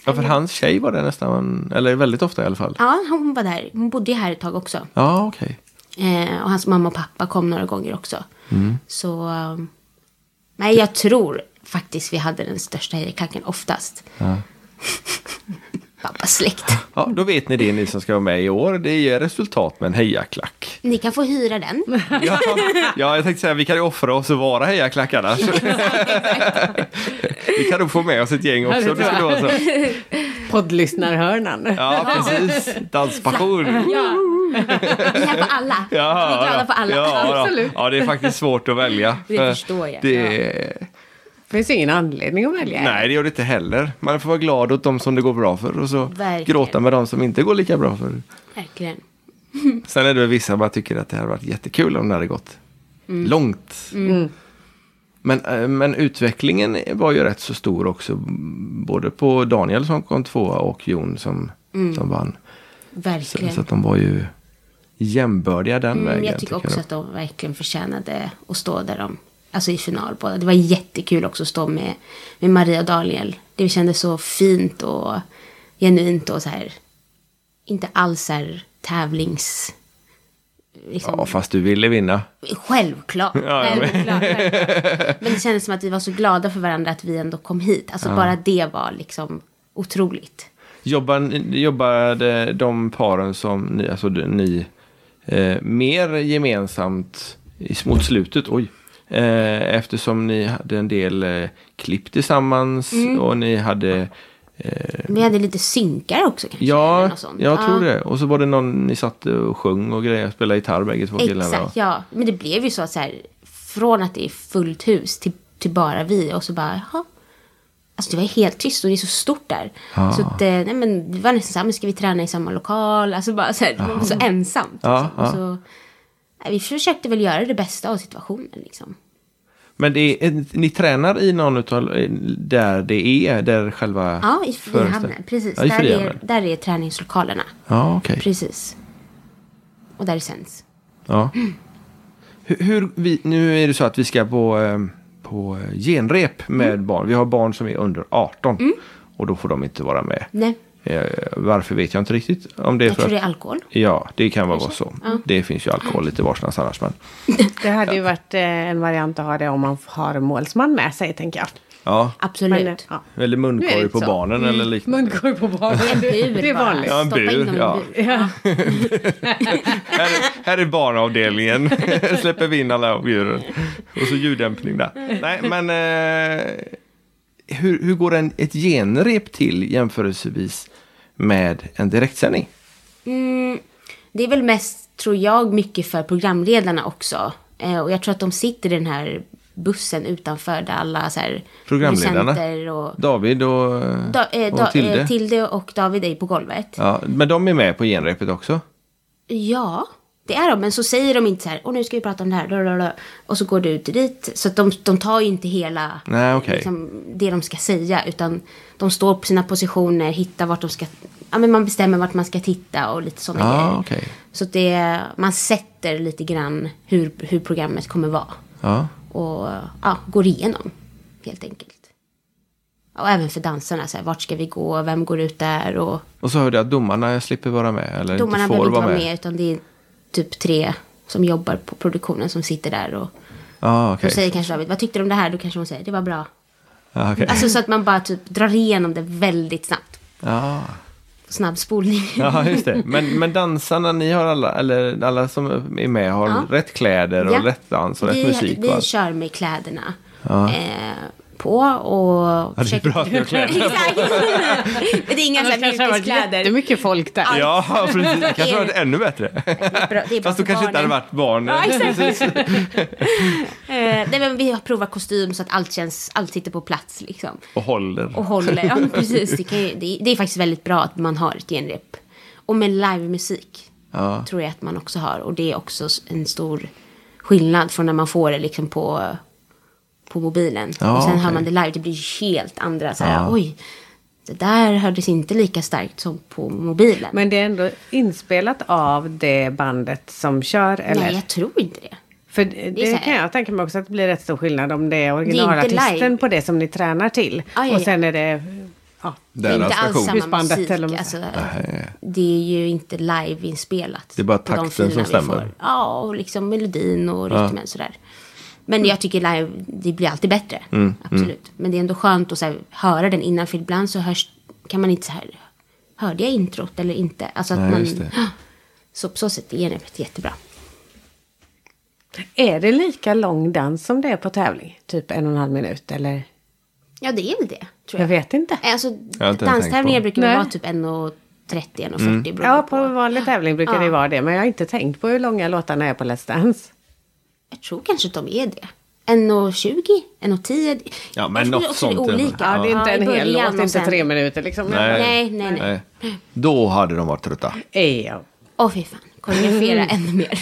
Speaker 2: ja, för hans tjej var det nästan, eller väldigt ofta i alla fall.
Speaker 3: ja, hon var där. Hon bodde ju här ett tag också.
Speaker 2: Ja, okej.
Speaker 3: Eh, och hans mamma och pappa kom några gånger också.
Speaker 2: Mm.
Speaker 3: Så... eh, Nej, jag tror faktiskt vi hade den största hejaklacken oftast. Pappas släkt.
Speaker 2: Ja, då vet ni det ni som ska vara med i år. Det ger resultat med en hejaklack.
Speaker 3: Ni kan få hyra den.
Speaker 2: Ja, ja jag tänkte säga vi kan ju offra oss och vara hejaklack annars. vi kan nog få med oss ett gäng också. om Det skulle vara så.
Speaker 1: Poddlyssnarhörnan.
Speaker 2: Ja, precis. Danspassion.
Speaker 3: Ja. Vi är här för alla. vi är glada för alla.
Speaker 2: Ja, då.
Speaker 1: Absolut.
Speaker 2: ja, det är faktiskt svårt att välja.
Speaker 3: Det
Speaker 2: För
Speaker 3: förstår jag.
Speaker 2: Det,
Speaker 1: finns ingen anledning att välja.
Speaker 2: Nej, det gör det inte heller. Man får vara glad åt de som det går bra för och så
Speaker 3: Verkligen.
Speaker 2: gråta med de som inte går lika bra för.
Speaker 3: Verkligen.
Speaker 2: Sen är det väl vissa som bara tycker att det hade varit jättekul om det hade gått
Speaker 3: Mm.
Speaker 2: långt. Men, eh, men utvecklingen var ju rätt så stor också. Både på Daniel som kom tvåa och Jon som, som vann. Så,
Speaker 3: Mm. Verkligen.
Speaker 2: så att de var ju jämbördiga den
Speaker 3: Mm,
Speaker 2: vägen.
Speaker 3: jag tycker också
Speaker 2: jag.
Speaker 3: att de verkligen förtjänade att stå där de, alltså i final båda. Det var jättekul också att stå med, med Maria och Daniel. Det kändes så fint och genuint och så här, inte alls så här tävlings... Liksom,
Speaker 2: Ja, fast du ville vinna.
Speaker 3: Självklart.
Speaker 2: Ja, ja, men-
Speaker 3: självklart, självklart. Men det kändes som att vi var så glada för varandra att vi ändå kom hit. Alltså bara det var liksom otroligt.
Speaker 2: Jobbade, jobbade de paren som ni, alltså du- ni eh, mer gemensamt i- mot slutet? Oj. Eh, eftersom ni hade en del eh, klipp tillsammans
Speaker 3: Mm.
Speaker 2: och ni hade...
Speaker 3: Vi hade lite synkar också kanske. eller
Speaker 2: Ja,
Speaker 3: något sånt.
Speaker 2: jag
Speaker 3: Ja.
Speaker 2: tror det. Och så var det någon ni satt och sjöng och grejer, spelade gitarr bägge två killarna.
Speaker 3: Exakt, ja. Men det blev ju så att så här, från att det är fullt hus till, till bara vi och så bara, jaha. Alltså det var helt tyst och det är så stort där. Så att, eh, nej men vi var nästan så här, men ska vi träna i samma lokal? Alltså bara så här, det var så ensamt.
Speaker 2: Ja,
Speaker 3: liksom.
Speaker 2: ja.
Speaker 3: Och så, nej, vi försökte väl göra det bästa av situationen liksom.
Speaker 2: Men det är, ni tränar i någon utav eh, där det är, där själva
Speaker 3: Ja, i Frihamnen,
Speaker 2: föreställ-
Speaker 3: precis.
Speaker 2: Ja, i
Speaker 3: där, är,
Speaker 2: Frihamnen.
Speaker 3: där är träningslokalerna,
Speaker 2: Ja, okej.
Speaker 3: precis. Och där sänds.
Speaker 2: Ja. Hur, hur vi, nu är det så att vi ska på, eh, på eh, genrep med barn. Vi har barn som är under 18 och då får de inte vara med.
Speaker 3: Nej,
Speaker 2: Eh, varför vet jag inte riktigt. Om det är
Speaker 3: jag
Speaker 2: för
Speaker 3: tror det
Speaker 2: att,
Speaker 3: är alkohol.
Speaker 2: Ja, det kan vara så. Det finns ju alkohol lite varstans annars. Men,
Speaker 1: Det hade ju varit eh, en variant att ha det om man har målsman med sig, tänker jag.
Speaker 2: ja.
Speaker 3: Absolut.
Speaker 1: eh, ja.
Speaker 2: Eller
Speaker 1: Nu är
Speaker 2: munkorg
Speaker 1: det
Speaker 2: på
Speaker 1: så.
Speaker 2: barnen eller liknande.
Speaker 1: Munkorg på barnen.
Speaker 3: Bur
Speaker 1: Det är
Speaker 3: bara.
Speaker 1: vanligt.
Speaker 2: Ja, en
Speaker 3: Stoppa in
Speaker 2: bur,
Speaker 3: dem i en
Speaker 2: ja.
Speaker 3: bur.
Speaker 2: Här, är- här är barnavdelningen. Släpper vi in alla djuren. Och så ljuddämpning där. Nej, men eh, hur, hur går en, ett genrep till jämförelsevis med en direktsändning?
Speaker 3: Mm, det är väl mest, tror jag, mycket för programledarna också. Eh, och jag tror att de sitter i den här bussen utanför där alla så här,
Speaker 2: Programledarna?
Speaker 3: producenter Och,
Speaker 2: David och,
Speaker 3: da, eh,
Speaker 2: och
Speaker 3: da,
Speaker 2: Tilde?
Speaker 3: Eh, Tilde och David är på golvet.
Speaker 2: ja, men de är med på genrepet också?
Speaker 3: Ja, det är de. Men så säger de inte så här, och nu ska vi prata om det här. Lalalala. Och så går du ut dit. Så att de, de tar ju inte hela
Speaker 2: Nej, okej.
Speaker 3: liksom, det de ska säga. Utan de står på sina positioner, hittar vart de ska... Ja, men man bestämmer vart man ska titta och lite sådana
Speaker 2: Ja,
Speaker 3: grejer.
Speaker 2: Ah, okej.
Speaker 3: Så att det, man sätter lite grann hur, hur programmet kommer vara.
Speaker 2: Ja.
Speaker 3: Och ja, går igenom, helt enkelt. Och även för dansarna, så här, vart ska vi gå, vem går ut där och...
Speaker 2: Och så hörde jag att domarna slipper vara med. Eller
Speaker 3: Domarna
Speaker 2: inte
Speaker 3: behöver
Speaker 2: får
Speaker 3: inte
Speaker 2: vara
Speaker 3: vara
Speaker 2: med.
Speaker 3: med. utan det är typ tre som jobbar på produktionen som sitter där och
Speaker 2: Ja, okej.
Speaker 3: då säger kanske David, vad tyckte du om det här? Då kanske hon säger, det var bra.
Speaker 2: Ja, okej.
Speaker 3: Alltså så att man bara typ drar igenom det väldigt snabbt.
Speaker 2: Ja.
Speaker 3: Snabb spolning.
Speaker 2: Ja, just det. Men, men dansarna, ni har alla, eller alla som är med har
Speaker 3: Ja.
Speaker 2: rätt kläder och
Speaker 3: Ja.
Speaker 2: rätt dans och rätt
Speaker 3: vi,
Speaker 2: musik.
Speaker 3: vi
Speaker 2: va?
Speaker 3: kör med kläderna eh, på och... Ja,
Speaker 2: det är bra att vi har kläderna
Speaker 3: Exakt. Men det är inga så här mjukiskläder.
Speaker 1: mycket folk där.
Speaker 2: Ja, precis. Det kanske hade varit ännu bättre.
Speaker 3: är bra- det är bra
Speaker 2: Fast då
Speaker 3: för
Speaker 2: kanske inte hade
Speaker 3: barnen.
Speaker 2: varit barn.
Speaker 3: Ja, exakt. Eh, nej, men vi har provat kostym så att allt känns, allt sitter på plats liksom.
Speaker 2: Och håller.
Speaker 3: Och håller, ja men precis. Det, kan ju, det, är- det är faktiskt väldigt bra att man har ett genrep. Och med livemusik
Speaker 2: Ja.
Speaker 3: tror jag att man också har. Och det är också s- en stor skillnad från när man får det liksom på, på mobilen.
Speaker 2: Ja,
Speaker 3: och sen hör
Speaker 2: okej.
Speaker 3: man det live, det blir ju helt andra. Så här, Oj, det där hördes inte lika starkt som på mobilen.
Speaker 1: Men det är ändå inspelat av det bandet som kör, eller?
Speaker 3: Nej, jag tror inte det.
Speaker 1: För det,
Speaker 3: så här.
Speaker 1: kan jag tänka mig också att det blir rätt stor skillnad om det är
Speaker 3: inte
Speaker 1: originalartisten
Speaker 3: live. Ah,
Speaker 1: på det som ni tränar till.
Speaker 3: Ja, ja,
Speaker 1: Och sen är det... Ja.
Speaker 3: det är
Speaker 2: Deras
Speaker 3: inte alls
Speaker 2: version.
Speaker 3: samma
Speaker 1: Husbandet,
Speaker 3: musik.
Speaker 1: eller vad man
Speaker 3: Alltså, det är ju inte live-inspelat.
Speaker 2: Det är bara
Speaker 3: på de
Speaker 2: takten
Speaker 3: filerna
Speaker 2: som
Speaker 3: vi
Speaker 2: stämmer.
Speaker 3: får. Ja, och liksom melodin och rytmen sådär. Men jag tycker live, det blir alltid bättre.
Speaker 2: Mm,
Speaker 3: Absolut. Men det är ändå skönt att så här, höra den innan, för ibland så hörs, kan man inte så här, hörde jag introt eller inte? Alltså att
Speaker 2: Nej, just
Speaker 3: man...
Speaker 2: det.
Speaker 3: Så på så sätt är genrepet jättebra.
Speaker 1: Är det lika lång dans som det är på tävling? Typ en och en halv minut eller?
Speaker 3: Ja, det är väl det, tror
Speaker 1: Jag
Speaker 3: jag.
Speaker 1: vet inte.
Speaker 3: Nej, Alltså,
Speaker 2: Jag har inte ens tänkt
Speaker 3: danstävlingar
Speaker 2: på. Mm.
Speaker 3: brukar väl
Speaker 1: Nej.
Speaker 3: vara typ 1,30, 1,40 beroende
Speaker 1: Ja,
Speaker 3: på.
Speaker 1: på vanlig tävling brukar det vara det. Men jag har inte tänkt på hur långa låtarna är på Let's Dance.
Speaker 3: Jag tror kanske att de är det. 1,20, 1,10.
Speaker 2: Ja, men
Speaker 3: Jag tror
Speaker 2: något
Speaker 3: också det är
Speaker 2: sånt är det.
Speaker 3: Olika.
Speaker 1: Ja, det är inte
Speaker 3: i
Speaker 1: en hel
Speaker 3: början
Speaker 1: låt,
Speaker 3: och
Speaker 1: inte
Speaker 3: sen-
Speaker 1: tre minuter liksom.
Speaker 3: Nej, nej, nej.
Speaker 2: Då hade de varit trötta.
Speaker 1: Ja.
Speaker 3: Åh fy fan, koreografera ännu mer.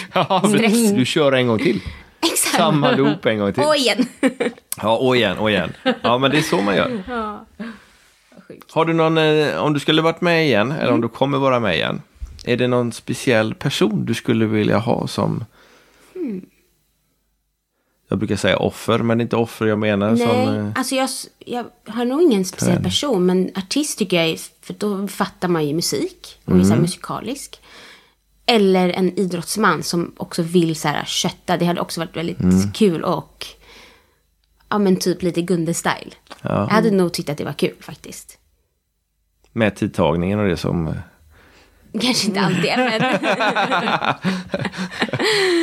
Speaker 3: Stress.
Speaker 2: Du kör en gång till.
Speaker 3: Exakt.
Speaker 2: Samma loop en gång till.
Speaker 3: Och igen.
Speaker 2: Ja, och igen, och igen. Ja, men det är så man gör. Har du någon, eh, om du skulle varit med igen, eller
Speaker 3: Mm.
Speaker 2: om du kommer vara med igen, är det någon speciell person du skulle vilja ha som...
Speaker 3: Hmm.
Speaker 2: Jag brukar säga offer, men det är inte offer jag menar. Som, eh,
Speaker 3: Nej, alltså jag, s- jag har nog ingen speciell person, men artist tycker jag är, för då fattar man ju musik, och
Speaker 2: Mm.
Speaker 3: är så här musikalisk. Eller en idrottsman som också vill så här kötta, det hade också varit väldigt
Speaker 2: Mm.
Speaker 3: kul och, ja men typ lite Gunde-style. Jag hade nog tyckt att det var kul faktiskt.
Speaker 2: med tidtagningen och det som... eh,
Speaker 3: Kanske inte alltid, men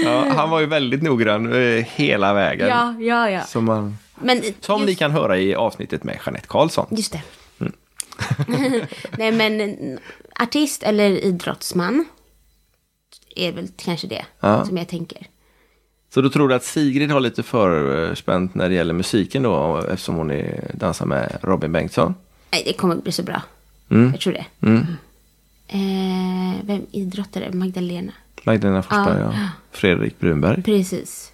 Speaker 2: Ja, han var ju väldigt noggrann eh, hela vägen.
Speaker 3: ja, ja, ja.
Speaker 2: Som, man,
Speaker 3: Men
Speaker 2: som ni
Speaker 3: just,
Speaker 2: kan höra i avsnittet med Jeanette Karlsson.
Speaker 3: just det.
Speaker 2: Mm.
Speaker 3: Nej, men en artist eller idrottsman är väl kanske det
Speaker 2: Ja.
Speaker 3: som jag tänker.
Speaker 2: Så då tror du att Sigrid har lite förspänt när det gäller musiken då, eftersom hon är, dansar med Robin Bengtsson?
Speaker 3: Nej, det kommer bli så bra.
Speaker 2: Mm.
Speaker 3: Jag tror det. Eh, vem idrottare? Magdalena.
Speaker 2: Magdalena Forsberg, ja. Fredrik Brunberg.
Speaker 3: Precis.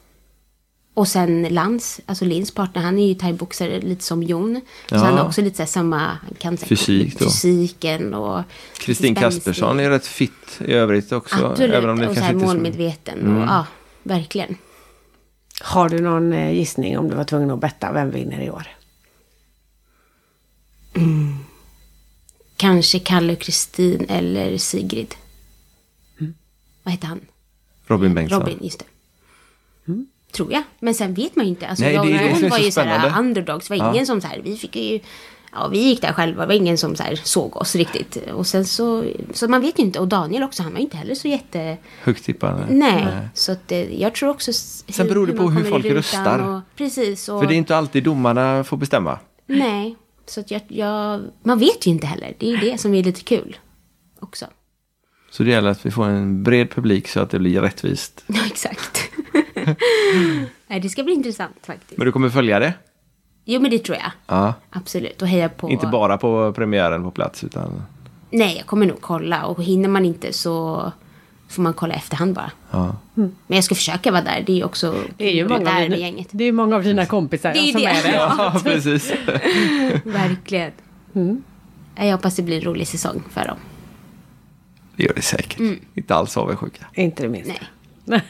Speaker 3: Och sen Lans, alltså Lins partner, han är ju thaiboxare lite som Jon.
Speaker 2: Ja.
Speaker 3: Så han har också lite så här samma, han kan säkert
Speaker 2: Fysik då.
Speaker 3: fysiken och
Speaker 2: Kristin
Speaker 3: spänstiga-
Speaker 2: Kaspersson är rätt fit i övrigt också.
Speaker 3: Absolut,
Speaker 2: även om det
Speaker 3: och så
Speaker 2: kanske
Speaker 3: här
Speaker 2: inte är så- Mm.
Speaker 3: målmedveten. Och, ja, verkligen.
Speaker 1: Har du någon eh, gissning om du var tvungen att betta? Vem vinner i år?
Speaker 3: Kanske Kalle och Kristin eller Sigrid. Vad heter han?
Speaker 2: Robin Bengtsson.
Speaker 3: Robin, just det. Tror jag. Men sen vet man ju inte. Alltså,
Speaker 2: Nej,
Speaker 3: jag och
Speaker 2: det är det som är
Speaker 3: Jon var
Speaker 2: så
Speaker 3: ju så här
Speaker 2: spännande.
Speaker 3: underdogs. Det var
Speaker 2: Ja.
Speaker 3: ingen som så här, vi fick ju... Ja, vi gick där själva. Det var ingen som så här såg oss riktigt. Och sen så... Så man vet ju inte. Och Daniel också, han var ju inte heller så jätte...
Speaker 2: Högt tippande.
Speaker 3: Nej. Så att det, jag tror också... s-
Speaker 2: Sen beror det på
Speaker 3: man
Speaker 2: hur
Speaker 3: kommer i
Speaker 2: folk
Speaker 3: rutan
Speaker 2: röstar.
Speaker 3: Och, precis. Och,
Speaker 2: För det är inte alltid domarna får bestämma.
Speaker 3: Nej. Så att jag, jag... Man vet ju inte heller. Det är ju det som är lite kul. Också.
Speaker 2: Så det gäller att vi får en bred publik så att det blir rättvist.
Speaker 3: Ja, exakt. Nej, det ska bli intressant faktiskt.
Speaker 2: Men du kommer följa det?
Speaker 3: Jo, men det tror jag.
Speaker 2: Ja.
Speaker 3: Absolut, och heja på.
Speaker 2: Inte bara på premiären på plats utan...
Speaker 3: Nej, jag kommer nog kolla. Och hinner man inte så får man kolla efterhand bara.
Speaker 2: Ja.
Speaker 3: Men jag ska försöka vara där. Det är ju också
Speaker 1: Det är ju många,
Speaker 3: där
Speaker 1: av
Speaker 3: med
Speaker 1: dina,
Speaker 3: gänget.
Speaker 1: det är ju många av dina kompisar
Speaker 3: Det är ju
Speaker 1: som
Speaker 3: det.
Speaker 1: är det.
Speaker 2: Ja, precis.
Speaker 3: Verkligen.
Speaker 2: Mm.
Speaker 3: Jag hoppas det blir en rolig säsong för dem.
Speaker 2: Det gör det säkert.
Speaker 3: Mm.
Speaker 2: Inte alls avundsjuka.
Speaker 1: Inte det minsta.
Speaker 3: Nej.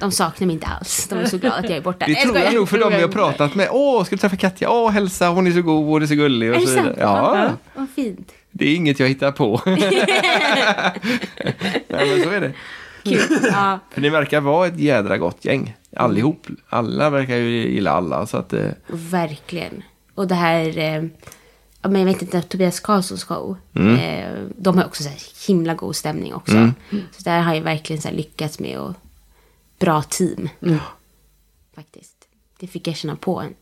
Speaker 3: De saknar mig inte alls. De är så glada att jag är borta.
Speaker 2: Det
Speaker 3: Nej,
Speaker 2: tror
Speaker 3: skojar.
Speaker 2: jag nog för dem jag har pratat med. Åh, ska du träffa Katja? Åh, hälsa, hon är så god, hon är så gullig
Speaker 3: Är
Speaker 2: och
Speaker 3: det
Speaker 2: så vidare.
Speaker 3: sant?
Speaker 2: Ja,
Speaker 3: Vad fint.
Speaker 2: det är inget jag hittar på. Nej, men så är det.
Speaker 3: Kul. Ja.
Speaker 2: För ni verkar vara ett jädra gott gäng. Allihop. Alla verkar ju gilla alla, så att... eh,
Speaker 3: Verkligen. Och det här, eh, ja, men jag vet inte, Tobias Karlssons show.
Speaker 2: Mm.
Speaker 3: Eh, de har också så här himla god stämning också. Så där har jag verkligen så här lyckats med och bra team.
Speaker 2: Mm.
Speaker 3: Faktiskt. Det fick jag känna på en,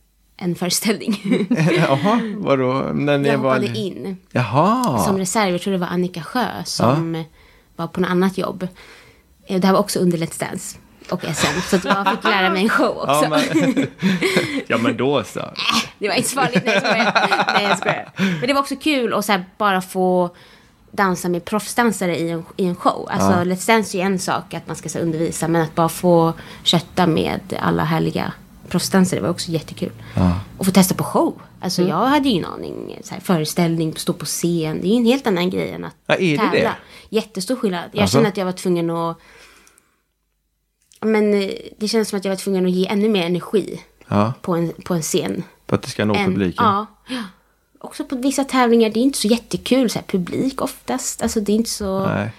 Speaker 3: en föreställning.
Speaker 2: Jaha, vadå? När ni
Speaker 3: jag
Speaker 2: var...
Speaker 3: hoppade in
Speaker 2: Jaha.
Speaker 3: som reserv. Jag tror det var Annika Sjö som var på något annat jobb. Eh, Det här var också under Let's Dance och SM. Så att jag fick lära mig en show också.
Speaker 2: Ja men, ja, men då så.
Speaker 3: Det var inte så farligt, nej jag skojar. Nej, jag skojar. Men det var också kul att så här, bara få dansa med proffsdansare i en, i en show. Alltså Let's Dance är ju en sak att man ska så här, undervisa, men att bara få kötta med alla härliga proffsdansare var också jättekul. Och få testa på show. Alltså
Speaker 2: Mm.
Speaker 3: jag hade ju ingen aning. Så här, föreställning, stå på scen, det är ju en helt annan grej än att
Speaker 2: Ja, är det
Speaker 3: tävla.
Speaker 2: det?
Speaker 3: Jättestor skillnad. Jag
Speaker 2: Alltså?
Speaker 3: kände att jag var tvungen att men eh, det känns som att jag var tvungen att ge ännu mer energi
Speaker 2: Ja,
Speaker 3: på en, på en scen
Speaker 2: för att det ska nå
Speaker 3: en-
Speaker 2: publiken.
Speaker 3: Ja. ja. Också på vissa tävlingar, det är inte så jättekul så här, publik oftast. Alltså det är inte så
Speaker 2: Nej.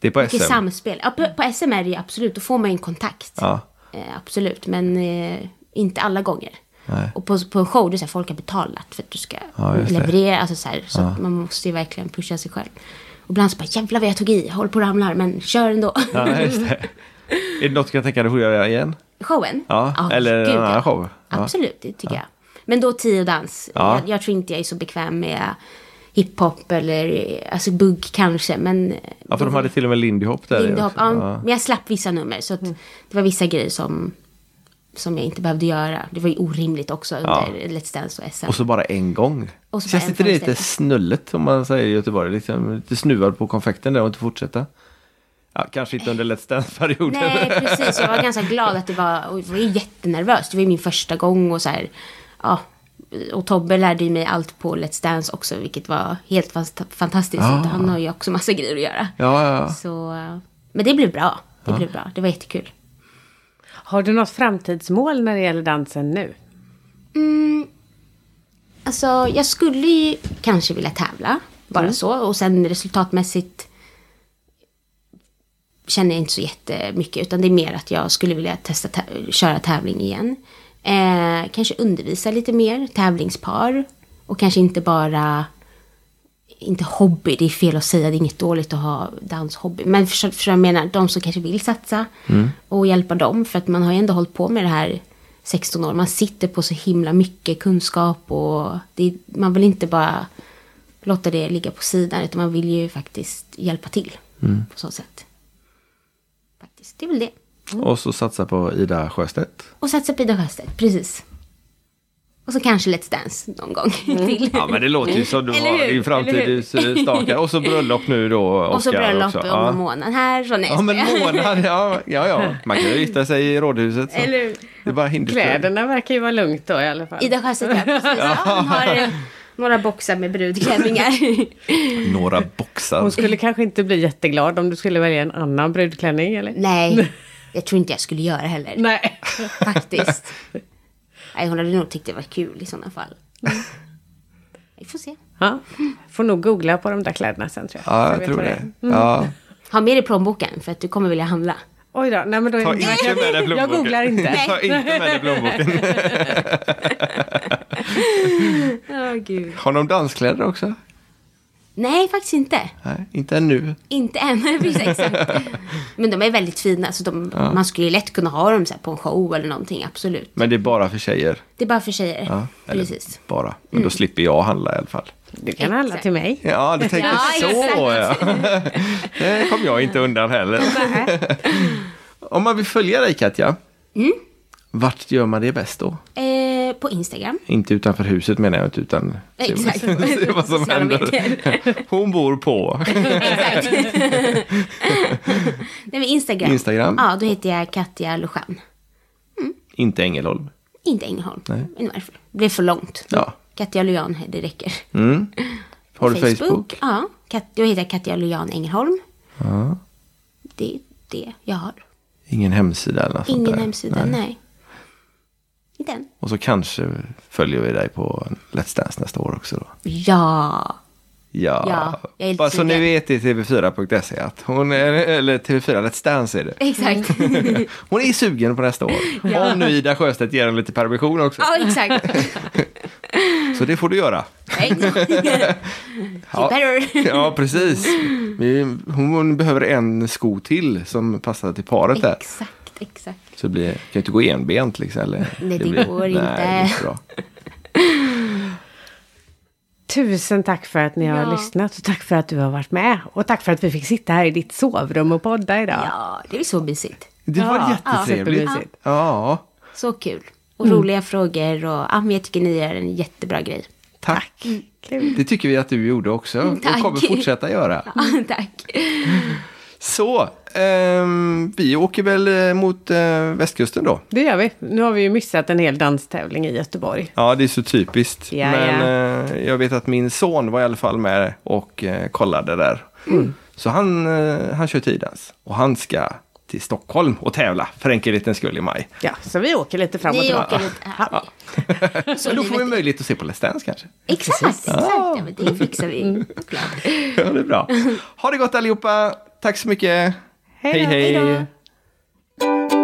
Speaker 2: Det är på SM.
Speaker 3: mycket samspel. Ja, på, på SM är det ju absolut, då får man ju en kontakt.
Speaker 2: Ja.
Speaker 3: Eh, absolut, men eh, inte alla gånger.
Speaker 2: Nej.
Speaker 3: Och på, på en show, det är så här, folk har betalat för att du ska
Speaker 2: Ja, just det.
Speaker 3: leverera. Alltså, så här, så att man måste ju verkligen pusha sig själv. Och ibland så bara, jävlar vad jag tog i, håller på att ramlar, men kör ändå.
Speaker 2: Ja, just det. Är det något du kan tänka dig att göra igen?
Speaker 3: Showen?
Speaker 2: Ja, eller en annan show. Ja.
Speaker 3: Absolut, det tycker jag. Men då tio och dans.
Speaker 2: Ja.
Speaker 3: Jag, jag tror inte jag är så bekväm med hiphop eller alltså bugg kanske. Men
Speaker 2: Ja, för de hade till och med Lindy Hop där. i
Speaker 3: Lindehopp,
Speaker 2: också.
Speaker 3: ja, men jag slapp vissa nummer. Så att det var vissa grejer som, som jag inte behövde göra. Det var ju orimligt också under Let's Dance och SM.
Speaker 2: Och så bara en gång.
Speaker 3: Och så bara
Speaker 2: Känns
Speaker 3: en
Speaker 2: inte det lite
Speaker 3: föreställning.
Speaker 2: snullet om man säger i Göteborg? Liksom, lite snuvad på konfekten där och inte fortsätta. Ja, kanske inte under Let's Dance-perioden.
Speaker 3: Nej, precis. Jag var ganska glad att det var, och jag var jättenervös. Det var ju min första gång och så här, ja. Och Tobbe lärde ju mig allt på Let's Dance också, vilket var helt fast- fantastiskt.
Speaker 2: Ah.
Speaker 3: Så Han har ju också massa grejer att göra.
Speaker 2: Ja, ja, ja.
Speaker 3: Så, eh, men det blev bra. Det blev bra. Det var jättekul.
Speaker 1: Har du något framtidsmål när det gäller dansen nu?
Speaker 3: Alltså, jag skulle ju kanske vilja tävla. Bara så. Och sen resultatmässigt känner jag inte så jättemycket. Utan det är mer att jag skulle vilja testa tä- köra tävling igen. Eh, kanske undervisa lite mer, tävlingspar. Och kanske inte bara... Inte hobby, det är fel att säga. Det är inget dåligt att ha danshobby. Men förstår förstår vad jag menar? De som kanske vill satsa
Speaker 2: Mm.
Speaker 3: och hjälpa dem. För att man har ju ändå hållit på med det här 16 år. Man sitter på så himla mycket kunskap och det, är- man vill inte bara låta det ligga på sidan. Utan man vill ju faktiskt hjälpa till
Speaker 2: Mm.
Speaker 3: på så sätt faktiskt. Det är väl det.
Speaker 2: Och så satsa på Ida Sjöstedt.
Speaker 3: Och satsa på Ida Sjöstedt, precis. Och så kanske Let's Dance någon gång till.
Speaker 2: Mm. Ja, men det låter ju som du
Speaker 3: Eller
Speaker 2: har
Speaker 3: hur?
Speaker 2: din framtid stakad. Och så bröllop nu då, Oscar
Speaker 3: och så bröllop
Speaker 2: också.
Speaker 3: om
Speaker 2: Ja.
Speaker 3: en månad här. Så nej,
Speaker 2: Ja, men
Speaker 3: jag skojar.
Speaker 2: månad. Ja, ja, ja. Man kan ju gifta sig i rådhuset. Så.
Speaker 1: Eller
Speaker 2: Det är bara hinderstöd.
Speaker 1: Kläderna verkar ju vara lugnt då i alla fall.
Speaker 3: Ida Sjöstedt, ja, precis. Ja. Hon har eh, några boxar med brudklänningar.
Speaker 2: Några boxar.
Speaker 1: Hon skulle kanske inte bli jätteglad om du skulle välja en annan brudklänning eller?
Speaker 3: nej, jag tror inte jag skulle göra heller.
Speaker 1: Nej.
Speaker 3: Faktiskt. Nej, hon hade nog tyckt det var kul i sådana fall. Mm. Vi får se.
Speaker 1: Ja. Får nog googla på de där kläderna sen tror jag.
Speaker 2: Ja,
Speaker 1: Så
Speaker 2: jag
Speaker 1: vet
Speaker 2: tror
Speaker 1: vad är.
Speaker 2: det. Ja.
Speaker 3: Ha med dig plånboken för att du kommer vilja handla.
Speaker 1: Oj då, nej men då är
Speaker 2: Ta
Speaker 1: det-
Speaker 2: inte med
Speaker 1: Mm.
Speaker 2: dig
Speaker 1: Jag
Speaker 2: plånboken.
Speaker 1: googlar inte.
Speaker 2: Ta inte med dig plånboken.
Speaker 3: Åh gud.
Speaker 2: Har de danskläder också?
Speaker 3: Nej, faktiskt inte.
Speaker 2: Nej, inte ännu.
Speaker 3: Inte än, precis exakt. Men de är väldigt fina, så de, man skulle ju lätt kunna ha dem så här på en show eller någonting, absolut.
Speaker 2: Men det är bara för tjejer.
Speaker 3: Det är bara för tjejer.
Speaker 2: Ja, eller
Speaker 3: precis.
Speaker 2: Bara. Men då slipper jag handla i alla fall.
Speaker 1: Du kan handla till mig.
Speaker 2: Ja, du tänker
Speaker 3: Ja,
Speaker 2: så. Ja. Det kom jag inte undan heller. Om man vill följa dig Katja. Vart gör man det bäst då?
Speaker 3: Eh, på Instagram.
Speaker 2: Inte utanför huset menar jag, inte, utan se-
Speaker 3: Exakt.
Speaker 2: se vad som
Speaker 3: Sociala
Speaker 2: händer.
Speaker 3: medier.
Speaker 2: Hon bor på.
Speaker 3: Exakt. Nej, men Instagram.
Speaker 2: Instagram.
Speaker 3: Ja, då heter jag Katja Lujan.
Speaker 2: Inte Ängelholm.
Speaker 3: Inte Ängelholm. Nej. Men varför? Det blev för långt.
Speaker 2: Ja. Mm.
Speaker 3: Katja Lujan, det räcker.
Speaker 2: Har du Facebook?
Speaker 3: Ja, Kat- då heter jag Katja Lujan Ängelholm. Det är det jag har.
Speaker 2: Ingen hemsida eller något sånt
Speaker 3: Ingen
Speaker 2: där.
Speaker 3: hemsida, nej. Inte än.
Speaker 2: Och så kanske följer vi dig på Let's Dance nästa år också då.
Speaker 3: Ja.
Speaker 2: Ja,
Speaker 3: Ja, jag är lite
Speaker 2: bara så ni
Speaker 3: sugen.
Speaker 2: vet i TV4.se att hon är, eller TV4 Let's Dance är det.
Speaker 3: Exakt.
Speaker 2: Mm. Hon är sugen på nästa år. Om nu Ida Sjöstedt ger henne lite permission också.
Speaker 3: Ja, exakt.
Speaker 2: Så det får du göra.
Speaker 3: Exakt.
Speaker 2: Ja.
Speaker 3: better.
Speaker 2: Ja, precis. Vi- Hon behöver en sko till som passar till paret där.
Speaker 3: exakt, exakt.
Speaker 2: Så det blir, kan ju inte gå enbent liksom. Eller,
Speaker 3: Nej, det
Speaker 2: blir-
Speaker 3: går
Speaker 2: nej,
Speaker 3: inte.
Speaker 2: Det är inte bra.
Speaker 1: Tusen tack för att ni har
Speaker 3: Ja.
Speaker 1: lyssnat och tack för att du har varit med. Och tack för att vi fick sitta här i ditt sovrum och podda idag.
Speaker 3: Ja, det är så mysigt.
Speaker 2: Det var
Speaker 1: Ja,
Speaker 2: jättetrevligt.
Speaker 1: supermysigt.
Speaker 2: Ja,
Speaker 3: Så kul. Och
Speaker 2: Mm.
Speaker 3: roliga frågor och ja, men jag tycker ni gör en jättebra grej.
Speaker 2: tack.
Speaker 3: Mm.
Speaker 1: Kul.
Speaker 2: Det tycker vi att du gjorde också.
Speaker 1: Mm,
Speaker 2: Och
Speaker 3: tack.
Speaker 2: kommer fortsätta göra.
Speaker 3: Ja, tack.
Speaker 2: Så, ehm, vi åker väl eh, mot eh, västkusten då.
Speaker 1: Det gör vi. Nu har vi ju missat en hel danstävling i Göteborg.
Speaker 2: Ja, det är så typiskt.
Speaker 1: Ja,
Speaker 2: Men eh, jag vet att min son var i alla fall med och eh, kollade där.
Speaker 1: Mm.
Speaker 2: Så han, eh, han kör tidens och han ska till Stockholm och tävla för enkelhetens skull i maj.
Speaker 1: Ja, så vi åker lite fram och
Speaker 3: Ni
Speaker 1: tillbaka.
Speaker 3: åker lite här.
Speaker 2: Så då får vi möjlighet att se på Let's Dance kanske.
Speaker 3: Exakt, exakt. Ja, men det fixar vi. Klart.
Speaker 2: Ja, det är bra. Ha det gott allihopa. Tack så mycket.
Speaker 1: Hej då.
Speaker 3: Hej då.